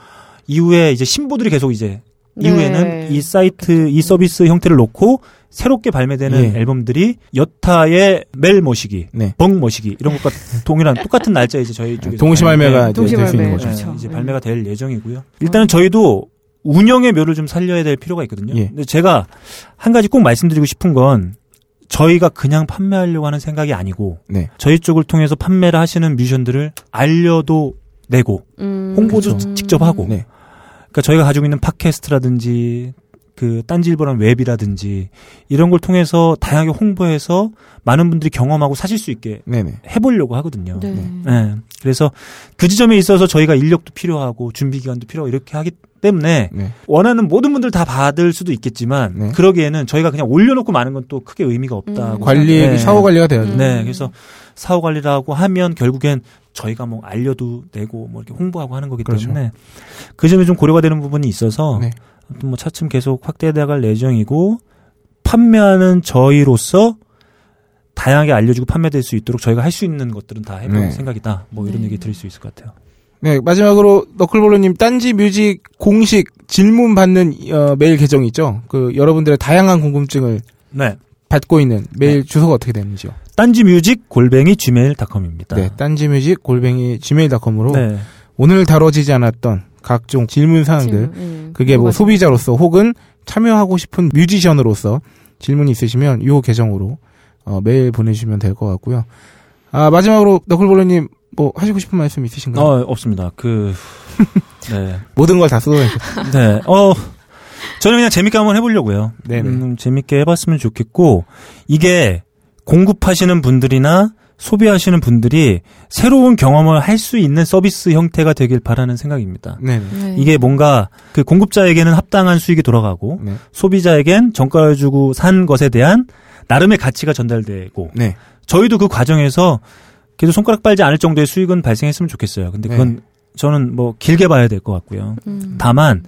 [SPEAKER 3] 이후에 이제 신보들이 계속 이제
[SPEAKER 2] 네.
[SPEAKER 3] 이후에는 이 사이트 이 서비스 형태를 놓고 새롭게 발매되는
[SPEAKER 1] 예.
[SPEAKER 3] 앨범들이 여타의 멜 머시기,
[SPEAKER 1] 네.
[SPEAKER 3] 벙 머시기 이런 것과 동일한 똑같은 날짜에 이제 저희 쪽에서
[SPEAKER 1] 동시발매가 네. 이제 될 수
[SPEAKER 2] 동시발매.
[SPEAKER 1] 있는
[SPEAKER 3] 예,
[SPEAKER 1] 거죠.
[SPEAKER 2] 그렇죠.
[SPEAKER 3] 이제
[SPEAKER 2] 음.
[SPEAKER 3] 발매가 될 예정이고요. 일단은 저희도 운영의 묘를 좀 살려야 될 필요가 있거든요.
[SPEAKER 1] 예.
[SPEAKER 3] 근데 제가 한 가지 꼭 말씀드리고 싶은 건 저희가 그냥 판매하려고 하는 생각이 아니고
[SPEAKER 1] 네.
[SPEAKER 3] 저희 쪽을 통해서 판매를 하시는 뮤지션들을 알려도 내고
[SPEAKER 2] 음.
[SPEAKER 3] 홍보도
[SPEAKER 2] 그렇죠.
[SPEAKER 3] 직접 하고
[SPEAKER 1] 네.
[SPEAKER 3] 그러니까 저희가 가지고 있는 팟캐스트라든지 그 딴지일보란 웹이라든지 이런 걸 통해서 다양하게 홍보해서 많은 분들이 경험하고 사실 수 있게
[SPEAKER 1] 네, 네.
[SPEAKER 3] 해보려고 하거든요.
[SPEAKER 2] 네.
[SPEAKER 3] 예. 그래서 그 지점에 있어서 저희가 인력도 필요하고 준비 기간도 필요하고 이렇게 하기 때문에
[SPEAKER 1] 네.
[SPEAKER 3] 원하는 모든 분들 다 받을 수도 있겠지만
[SPEAKER 1] 네.
[SPEAKER 3] 그러기에는 저희가 그냥 올려놓고 마는 건 또 크게 의미가
[SPEAKER 2] 음.
[SPEAKER 3] 없다고
[SPEAKER 1] 관리
[SPEAKER 3] 생각해요.
[SPEAKER 1] 그 샤워 관리가 돼야
[SPEAKER 2] 음.
[SPEAKER 1] 죠
[SPEAKER 3] 네, 그래서 사후 관리라고 하면 결국엔 저희가 뭐 알려도 내고 뭐 이렇게 홍보하고 하는 거기
[SPEAKER 1] 그렇죠.
[SPEAKER 3] 때문에 그 점이 좀 고려가 되는 부분이 있어서
[SPEAKER 1] 네.
[SPEAKER 3] 아무튼 뭐 차츰 계속 확대해 나갈 예정이고 판매하는 저희로서 다양하게 알려주고 판매될 수 있도록 저희가 할 수 있는 것들은 다 해볼
[SPEAKER 1] 네.
[SPEAKER 3] 생각이다. 뭐 이런
[SPEAKER 2] 네.
[SPEAKER 3] 얘기 드릴 수 있을 것 같아요.
[SPEAKER 1] 네, 마지막으로 너클볼로님 딴지 뮤직 공식 질문 받는 어, 메일 계정이 있죠. 그 여러분들의 다양한 궁금증을
[SPEAKER 3] 네.
[SPEAKER 1] 받고 있는 메일 주소가 어떻게 되는지요?
[SPEAKER 3] 딴지 뮤직 골뱅이 gmail.com입니다. 네.
[SPEAKER 1] 네, 딴지 뮤직 골뱅이 gmail.com으로 오늘 다뤄지지 않았던 각종 질문 사항들
[SPEAKER 2] 지금, 음.
[SPEAKER 1] 그게 뭐
[SPEAKER 2] 뭐가
[SPEAKER 1] 소비자로서 혹은 참여하고 싶은 뮤지션으로서 질문이 있으시면 요 계정으로 어, 메일 보내주시면 될 것 같고요. 아 마지막으로 너클볼로님 뭐 하시고 싶은 말씀 있으신가요?
[SPEAKER 3] 어, 없습니다. 그, 네.
[SPEAKER 1] 모든 걸 다 쏟아내셨
[SPEAKER 3] 네. 어, 저는 그냥 재밌게 한번 해보려고요.
[SPEAKER 1] 네네.
[SPEAKER 3] 음, 재밌게 해봤으면 좋겠고, 이게 공급하시는 분들이나 소비하시는 분들이 새로운 경험을 할 수 있는 서비스 형태가 되길 바라는 생각입니다.
[SPEAKER 1] 네.
[SPEAKER 2] 네.
[SPEAKER 3] 이게 뭔가 그 공급자에게는 합당한 수익이 돌아가고
[SPEAKER 1] 네.
[SPEAKER 3] 소비자에겐 정가를 주고 산 것에 대한 나름의 가치가 전달되고
[SPEAKER 1] 네.
[SPEAKER 3] 저희도 그 과정에서 계속 손가락 빨지 않을 정도의 수익은 발생했으면 좋겠어요. 근데 그건 저는 뭐 길게 봐야 될 것 같고요.
[SPEAKER 2] 음.
[SPEAKER 3] 다만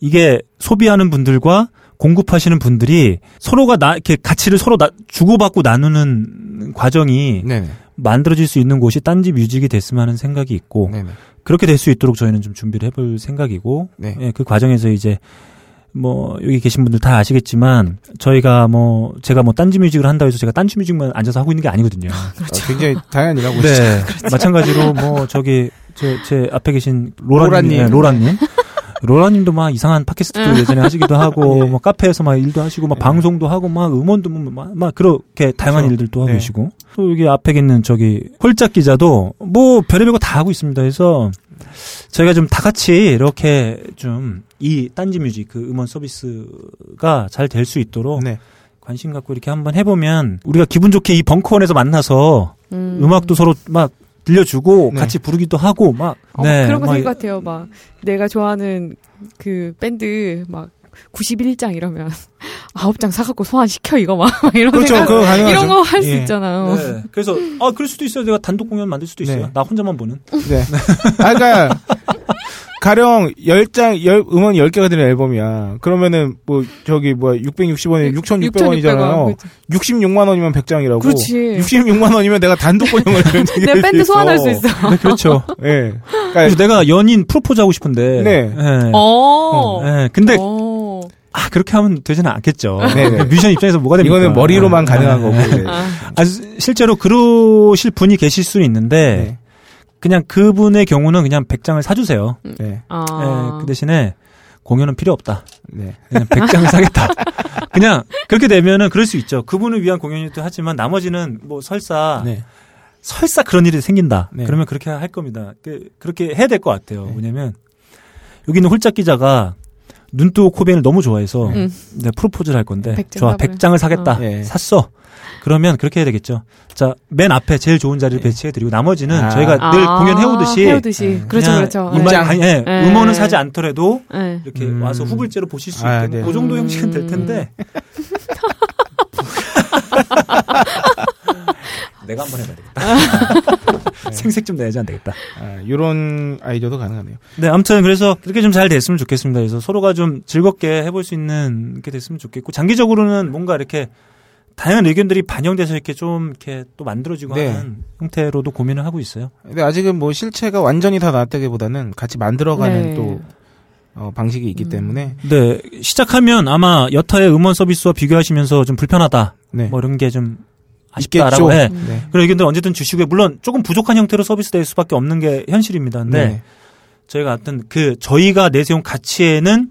[SPEAKER 3] 이게 소비하는 분들과 공급하시는 분들이 서로가 나 이렇게 가치를 서로 나- 주고받고 나누는 과정이
[SPEAKER 1] 네네.
[SPEAKER 3] 만들어질 수 있는 곳이 딴지 뮤직이 됐으면 하는 생각이 있고
[SPEAKER 1] 네네.
[SPEAKER 3] 그렇게 될 수 있도록 저희는 좀 준비를 해볼 생각이고
[SPEAKER 1] 네.
[SPEAKER 3] 예, 그 과정에서 이제 뭐 여기 계신 분들 다 아시겠지만 저희가 뭐 제가 뭐 딴지 뮤직을 한다고 해서 제가 딴지 뮤직만 앉아서 하고 있는 게 아니거든요.
[SPEAKER 1] 어, 굉장히 다양한 일하고 있
[SPEAKER 3] 네. 마찬가지로 뭐 저기 제 제 앞에 계신 로라님,
[SPEAKER 1] 로라님.
[SPEAKER 3] 네, 로라님. 로라님도 막 이상한 팟캐스트도 예전에 하시기도 하고, 뭐 카페에서 막 일도 하시고, 막
[SPEAKER 1] 네.
[SPEAKER 3] 방송도 하고, 막 음원도 막, 막 그렇게 다양한
[SPEAKER 1] 그렇죠.
[SPEAKER 3] 일들도 하고
[SPEAKER 1] 네.
[SPEAKER 3] 계시고. 또 여기 앞에 있는 저기 홀짝 기자도 뭐 별의별 거 다 하고 있습니다. 그래서 저희가 좀 다 같이 이렇게 좀 이 딴지 뮤직 그 음원 서비스가 잘 될 수 있도록
[SPEAKER 1] 네.
[SPEAKER 3] 관심 갖고 이렇게 한번 해보면 우리가 기분 좋게 이 벙커원에서 만나서
[SPEAKER 2] 음.
[SPEAKER 3] 음악도 서로 막 들려주고
[SPEAKER 1] 네.
[SPEAKER 3] 같이 부르기도 하고 막 네.
[SPEAKER 2] 어, 그런 거
[SPEAKER 3] 막
[SPEAKER 2] 생길 것 같아요. 막 내가 좋아하는 그 밴드 막 91장 이러면 9장 사갖고 소환시켜 이거 막 이런
[SPEAKER 1] 그렇죠.
[SPEAKER 2] 생각
[SPEAKER 1] 그거 가능하죠.
[SPEAKER 2] 이런 거 할 수
[SPEAKER 1] 예.
[SPEAKER 2] 있잖아요.
[SPEAKER 3] 네. 그래서 아 그럴 수도 있어요. 내가 단독 공연 만들 수도 있어요.
[SPEAKER 1] 네.
[SPEAKER 3] 나 혼자만 보는.
[SPEAKER 1] 네. 아, 그니까, 가령 10장, 열 음원 10개가 되는 앨범이야. 그러면은, 뭐, 저기, 뭐야, 660원에 6,600원이잖아요.
[SPEAKER 2] 그렇죠.
[SPEAKER 1] 그 66만원이면 100장이라고.
[SPEAKER 2] 그렇지.
[SPEAKER 1] 66만원이면 내가 단독 고용을 해야 되는
[SPEAKER 2] 내
[SPEAKER 1] 게
[SPEAKER 2] 밴드
[SPEAKER 1] 있어.
[SPEAKER 2] 소환할 수 있어.
[SPEAKER 3] 네, 그렇죠.
[SPEAKER 1] 예.
[SPEAKER 3] 그래서
[SPEAKER 1] 그러니까,
[SPEAKER 3] 내가 연인 프로포즈 하고 싶은데.
[SPEAKER 1] 네.
[SPEAKER 3] 예.
[SPEAKER 2] 어.
[SPEAKER 3] 예. 근데
[SPEAKER 2] 어.
[SPEAKER 3] 아 그렇게 하면 되지는 않겠죠.
[SPEAKER 1] 네, 네.
[SPEAKER 3] 뮤지션 입장에서 뭐가 됩니까?
[SPEAKER 1] 이거는 머리로만 가능한 거고. 네.
[SPEAKER 2] 아,
[SPEAKER 3] 아, 시- 실제로 그러실 분이 계실 수는 있는데
[SPEAKER 1] 네.
[SPEAKER 3] 그냥 그분의 경우는 그냥 100장을 사주세요.
[SPEAKER 1] 네.
[SPEAKER 2] 음. 아.
[SPEAKER 3] 예, 그 대신에 공연은 필요 없다.
[SPEAKER 1] 네.
[SPEAKER 3] 그냥 100장을 사겠다. 그냥 그렇게 되면은 그럴 수 있죠. 그분을 위한 공연이기도 하지만 나머지는 뭐 설사
[SPEAKER 1] 네.
[SPEAKER 3] 설사 그런 일이 생긴다.
[SPEAKER 1] 네.
[SPEAKER 3] 그러면 그렇게 할 겁니다. 그, 그렇게 해야 될 것 같아요.
[SPEAKER 1] 네.
[SPEAKER 3] 왜냐면 여기 있는 홀짝 기자가 눈뜨고 코벤을 너무 좋아해서
[SPEAKER 2] 음.
[SPEAKER 3] 내가 프로포즈를 할 건데
[SPEAKER 2] 백장
[SPEAKER 3] 좋아
[SPEAKER 2] 사버려.
[SPEAKER 3] 100장을 사겠다.
[SPEAKER 2] 어.
[SPEAKER 1] 네.
[SPEAKER 3] 샀어. 그러면 그렇게 해야 되겠죠. 자, 맨 앞에 제일 좋은 자리를
[SPEAKER 1] 네.
[SPEAKER 3] 배치해 드리고 나머지는
[SPEAKER 1] 아.
[SPEAKER 3] 저희가 늘
[SPEAKER 2] 아,
[SPEAKER 3] 공연 해오듯이
[SPEAKER 2] 해오듯이.
[SPEAKER 1] 그냥
[SPEAKER 2] 그렇죠, 그렇죠.
[SPEAKER 1] 입장.
[SPEAKER 3] 음악, 아니, 예,
[SPEAKER 2] 네.
[SPEAKER 3] 음원은 사지 않더라도
[SPEAKER 2] 예. 예.
[SPEAKER 3] 이렇게
[SPEAKER 1] 음.
[SPEAKER 3] 와서 후불제로 보실 수
[SPEAKER 1] 아,
[SPEAKER 3] 있는
[SPEAKER 1] 네.
[SPEAKER 3] 그 정도
[SPEAKER 2] 음.
[SPEAKER 3] 형식은 될 텐데. 내가 한번 해봐야 되겠다. 생색 좀 내야지 안 되겠다.
[SPEAKER 1] 아, 요런 아이디어도 가능하네요.
[SPEAKER 3] 네, 아무튼 그래서 그렇게 좀 잘 됐으면 좋겠습니다. 그래서 서로가 좀 즐겁게 해볼 수 있는 게 됐으면 좋겠고 장기적으로는 뭔가 이렇게 다양한 의견들이 반영돼서 이렇게 좀 이렇게 또 만들어지고
[SPEAKER 1] 네.
[SPEAKER 3] 하는 형태로도 고민을 하고 있어요.
[SPEAKER 1] 근데 아직은 뭐 실체가 완전히 다 나왔다기보다는 같이 만들어가는
[SPEAKER 2] 네.
[SPEAKER 1] 또 어, 방식이 있기
[SPEAKER 2] 음.
[SPEAKER 1] 때문에
[SPEAKER 3] 네, 시작하면 아마 여타의 음원 서비스와 비교하시면서 좀 불편하다
[SPEAKER 1] 네.
[SPEAKER 3] 뭐 이런 게 좀
[SPEAKER 1] 있겠죠.
[SPEAKER 3] 아쉽다라고 해.
[SPEAKER 2] 음.
[SPEAKER 1] 네.
[SPEAKER 3] 그런 의견들 언제든 주시고요. 물론 조금 부족한 형태로 서비스될 수밖에 없는 게 현실입니다. 근데
[SPEAKER 1] 네.
[SPEAKER 3] 저희가 하여튼 그 저희가 내세운 가치에는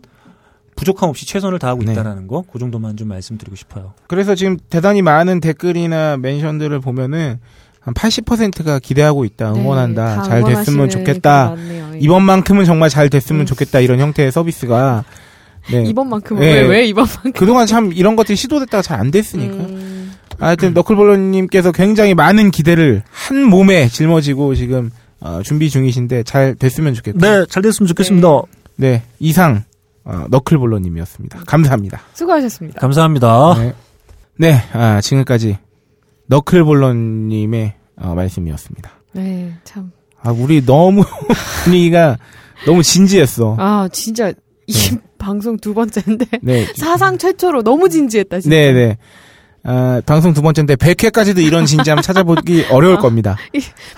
[SPEAKER 3] 부족함 없이 최선을 다하고
[SPEAKER 1] 네.
[SPEAKER 3] 있다라는 거, 그 정도만 좀 말씀드리고 싶어요.
[SPEAKER 1] 그래서 지금 대단히 많은 댓글이나 멘션들을 보면은 한 80%가 기대하고 있다, 응원한다,
[SPEAKER 2] 네, 다
[SPEAKER 1] 잘 됐으면
[SPEAKER 2] 응원하시는
[SPEAKER 1] 좋겠다.
[SPEAKER 2] 분이 많네요. 예.
[SPEAKER 1] 이번만큼은 정말 잘 됐으면
[SPEAKER 2] 음.
[SPEAKER 1] 좋겠다 이런 형태의 서비스가 네.
[SPEAKER 2] 이번만큼은
[SPEAKER 1] 예.
[SPEAKER 2] 왜, 왜 이번만큼?
[SPEAKER 1] 그동안 참 이런 것들이 시도됐다가 잘 안 됐으니까요.
[SPEAKER 2] 음.
[SPEAKER 1] 하여튼 너클볼러님께서 굉장히 많은 기대를 한 몸에 짊어지고 지금 어, 준비 중이신데 잘 됐으면 좋겠고.
[SPEAKER 3] 네, 잘 됐으면
[SPEAKER 2] 좋겠습니다.
[SPEAKER 1] 네, 이상 어, 너클볼러님이었습니다. 감사합니다.
[SPEAKER 2] 수고하셨습니다. 아.
[SPEAKER 3] 감사합니다.
[SPEAKER 1] 네, 네 아, 지금까지 너클볼러님의 어, 말씀이었습니다.
[SPEAKER 2] 네, 참.
[SPEAKER 1] 아, 우리 너무 분위기가 너무 진지했어.
[SPEAKER 2] 아, 진짜 이 방송 두 번째인데
[SPEAKER 1] 네,
[SPEAKER 2] 사상 최초로 너무 진지했다 진짜.
[SPEAKER 1] 네, 네. 아, 방송 두 번째인데 100회까지도 이런 진지함 찾아보기 어려울 겁니다.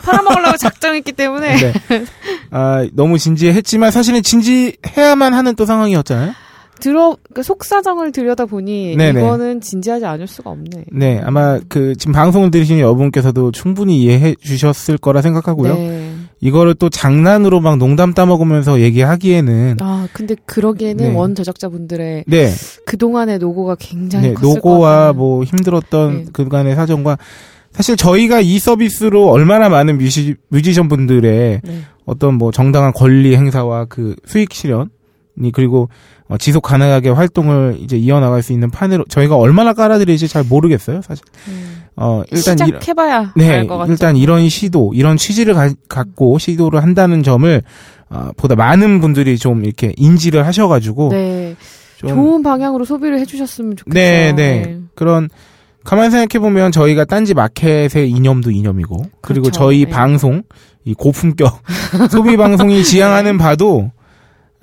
[SPEAKER 2] 팔아먹으려고 작정했기 때문에
[SPEAKER 1] 네. 아, 너무 진지했지만 사실은 진지해야만 하는 또 상황이었잖아요.
[SPEAKER 2] 들어 그 속사정을 들여다 보니
[SPEAKER 1] 네네.
[SPEAKER 2] 이거는 진지하지 않을 수가 없네.
[SPEAKER 1] 네, 아마 그 지금 방송을 들으시는 여러분께서도 충분히 이해해 주셨을 거라 생각하고요.
[SPEAKER 2] 네.
[SPEAKER 1] 이거를 또 장난으로 막 농담 따먹으면서 얘기하기에는
[SPEAKER 2] 아 근데 그러기에는
[SPEAKER 1] 네.
[SPEAKER 2] 원 저작자분들의
[SPEAKER 1] 네,
[SPEAKER 2] 그 동안의 노고가 굉장히
[SPEAKER 1] 네,
[SPEAKER 2] 컸을
[SPEAKER 1] 노고와
[SPEAKER 2] 것 같아요.
[SPEAKER 1] 뭐 힘들었던
[SPEAKER 2] 네.
[SPEAKER 1] 그간의 사정과 사실 저희가 이 서비스로 얼마나 많은 뮤지, 뮤지션 분들의
[SPEAKER 2] 네.
[SPEAKER 1] 어떤 뭐 정당한 권리 행사와 그 수익 실현이 그리고 어, 지속 가능하게 활동을 이제 이어나갈 수 있는 판으로 저희가 얼마나 깔아드릴지 잘 모르겠어요 사실.
[SPEAKER 2] 음.
[SPEAKER 1] 어 일단 이런-
[SPEAKER 2] 시작해봐야
[SPEAKER 1] 네
[SPEAKER 2] 알 것 같죠.
[SPEAKER 1] 일단 이런 시도 이런 취지를 가- 갖고 시도를 한다는 점을 어, 보다 많은 분들이 좀 이렇게 인지를 하셔가지고
[SPEAKER 2] 네.
[SPEAKER 1] 좀
[SPEAKER 2] 좋은 방향으로 소비를 해주셨으면 좋겠어요.
[SPEAKER 1] 네, 네. 그런 가만 히 생각해 보면 저희가 딴지 마켓의 이념도 이념이고 그리고
[SPEAKER 2] 그렇죠.
[SPEAKER 1] 저희
[SPEAKER 2] 네.
[SPEAKER 1] 방송 이 고품격 소비 방송이 지향하는 바도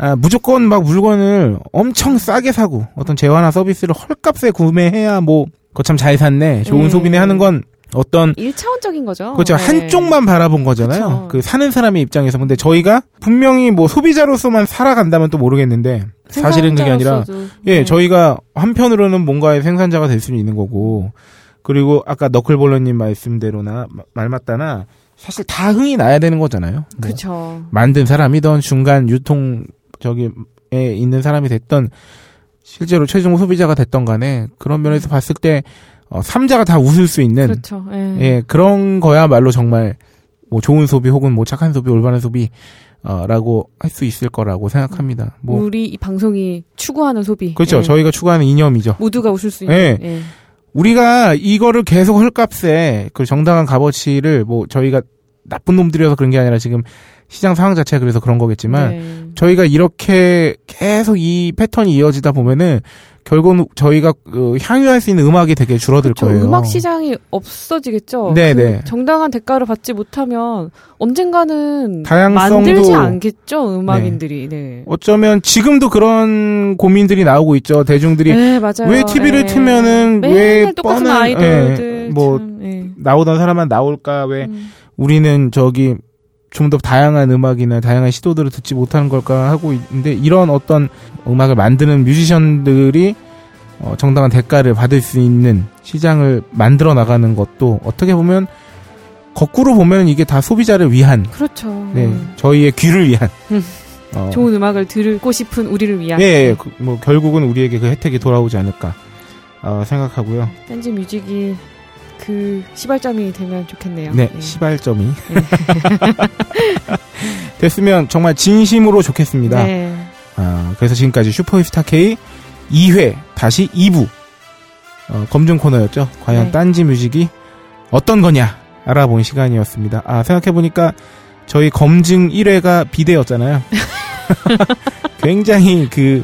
[SPEAKER 1] 아, 무조건 막 물건을 엄청 싸게 사고 어떤 재화나 서비스를 헐값에 구매해야 뭐 그거 참 잘 샀네 좋은
[SPEAKER 2] 네.
[SPEAKER 1] 소비네 하는 건 어떤
[SPEAKER 2] 1차원적인 거죠.
[SPEAKER 1] 그렇죠
[SPEAKER 2] 네.
[SPEAKER 1] 한쪽만 바라본 거잖아요
[SPEAKER 2] 그쵸.
[SPEAKER 1] 그 사는 사람의 입장에서 근데 저희가 분명히 뭐 소비자로서만 살아간다면 또 모르겠는데 사실은 그게 아니라
[SPEAKER 2] 생산자로서도.
[SPEAKER 1] 예,
[SPEAKER 2] 네.
[SPEAKER 1] 저희가 한편으로는 뭔가의 생산자가 될 수는 있는 거고, 그리고 아까 너클볼러님 말씀대로나 마- 말 맞다나 사실 다 흥이 나야 되는 거잖아요. 뭐
[SPEAKER 2] 그렇죠.
[SPEAKER 1] 만든 사람이던 중간 유통 저기에 있는 사람이 됐던 실제로 최종 소비자가 됐던 간에 그런 면에서 봤을 때 어, 삼자가 다 웃을 수 있는
[SPEAKER 2] 그렇죠. 예.
[SPEAKER 1] 네. 예, 그런 거야말로 정말 뭐 좋은 소비 혹은 뭐 착한 소비 올바른 소비 어, 라고 할 수 있을 거라고 생각합니다. 뭐
[SPEAKER 2] 우리 이 방송이 추구하는 소비.
[SPEAKER 1] 그렇죠.
[SPEAKER 2] 예.
[SPEAKER 1] 저희가 추구하는 이념이죠.
[SPEAKER 2] 모두가 웃을 수 있는. 예.
[SPEAKER 1] 우리가 이거를 계속 헐값에 그 정당한 값어치를 뭐 저희가 나쁜 놈들이어서 그런 게 아니라 지금 시장 상황 자체가 그래서 그런 거겠지만
[SPEAKER 2] 네.
[SPEAKER 1] 저희가 이렇게 계속 이 패턴이 이어지다 보면은 결국은 저희가 그 향유할 수 있는 음악이 되게 줄어들
[SPEAKER 2] 저
[SPEAKER 1] 거예요.
[SPEAKER 2] 음악 시장이 없어지겠죠.
[SPEAKER 1] 네,
[SPEAKER 2] 그
[SPEAKER 1] 네.
[SPEAKER 2] 정당한 대가를 받지 못하면 언젠가는
[SPEAKER 1] 다양성도
[SPEAKER 2] 만들지 않겠죠 음악인들이. 네.
[SPEAKER 1] 어쩌면 지금도 그런 고민들이 나오고 있죠. 대중들이
[SPEAKER 2] 네, 맞아요.
[SPEAKER 1] 왜 TV를
[SPEAKER 2] 예.
[SPEAKER 1] 틀면은
[SPEAKER 2] 맨날
[SPEAKER 1] 왜
[SPEAKER 2] 똑같은
[SPEAKER 1] 뻔한-
[SPEAKER 2] 아이돌들
[SPEAKER 1] 예, 뭐 네.
[SPEAKER 2] 참, 예.
[SPEAKER 1] 나오던 사람만 나올까 왜
[SPEAKER 2] 음.
[SPEAKER 1] 우리는 저기 좀 더 다양한 음악이나 다양한 시도들을 듣지 못하는 걸까 하고 있는데 이런 어떤 음악을 만드는 뮤지션들이 어, 정당한 대가를 받을 수 있는 시장을 만들어 나가는 것도 어떻게 보면 거꾸로 보면 이게 다 소비자를 위한
[SPEAKER 2] 그렇죠.
[SPEAKER 1] 네
[SPEAKER 2] 음.
[SPEAKER 1] 저희의 귀를 위한
[SPEAKER 2] 음.
[SPEAKER 1] 어,
[SPEAKER 2] 좋은 음악을 들고 싶은 우리를 위한
[SPEAKER 1] 예, 예, 그, 뭐 결국은 우리에게 그 혜택이 돌아오지 않을까 어, 생각하고요.
[SPEAKER 2] 딴지 뮤직이 그 시발점이 되면 좋겠네요.
[SPEAKER 1] 네, 시발점이 됐으면 정말 진심으로 좋겠습니다.
[SPEAKER 2] 네.
[SPEAKER 1] 아, 그래서 지금까지 슈퍼히스타 K 2회 다시 2부 어, 검증 코너였죠. 과연
[SPEAKER 2] 네.
[SPEAKER 1] 딴지 뮤직이 어떤 거냐 알아본 시간이었습니다. 아 생각해 보니까 저희 검증 1회가 비대였잖아요. 굉장히 그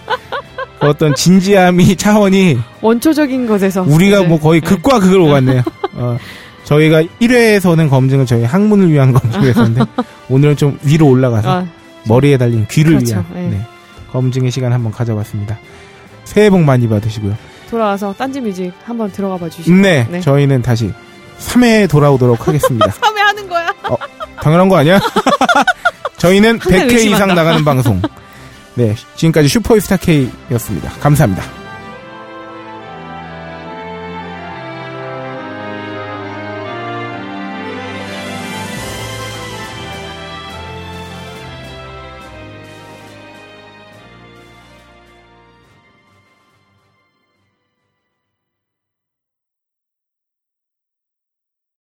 [SPEAKER 1] 어떤 진지함이 차원이
[SPEAKER 2] 원초적인 것에서
[SPEAKER 1] 우리가
[SPEAKER 2] 네.
[SPEAKER 1] 뭐 거의 극과 극을 오갔네요. 어, 저희가 1회에서는 검증을 저희 학문을 위한 검증을 했었는데 오늘은 좀 위로 올라가서
[SPEAKER 2] 아,
[SPEAKER 1] 머리에 달린 귀를
[SPEAKER 2] 그렇죠.
[SPEAKER 1] 위한
[SPEAKER 2] 예.
[SPEAKER 1] 네, 검증의 시간 한번 가져봤습니다. 새해 복 많이 받으시고요.
[SPEAKER 2] 돌아와서 딴지 뮤직 한번 들어가 봐 주시고
[SPEAKER 1] 네,
[SPEAKER 2] 네.
[SPEAKER 1] 저희는 다시 3회에 돌아오도록 하겠습니다.
[SPEAKER 2] 3회 하는 거야.
[SPEAKER 1] 당연한 거 아니야? 저희는
[SPEAKER 2] 항상
[SPEAKER 1] 100회 이상
[SPEAKER 2] 의심한다.
[SPEAKER 1] 나가는 방송. 네, 지금까지 슈퍼스타 K였습니다. 감사합니다.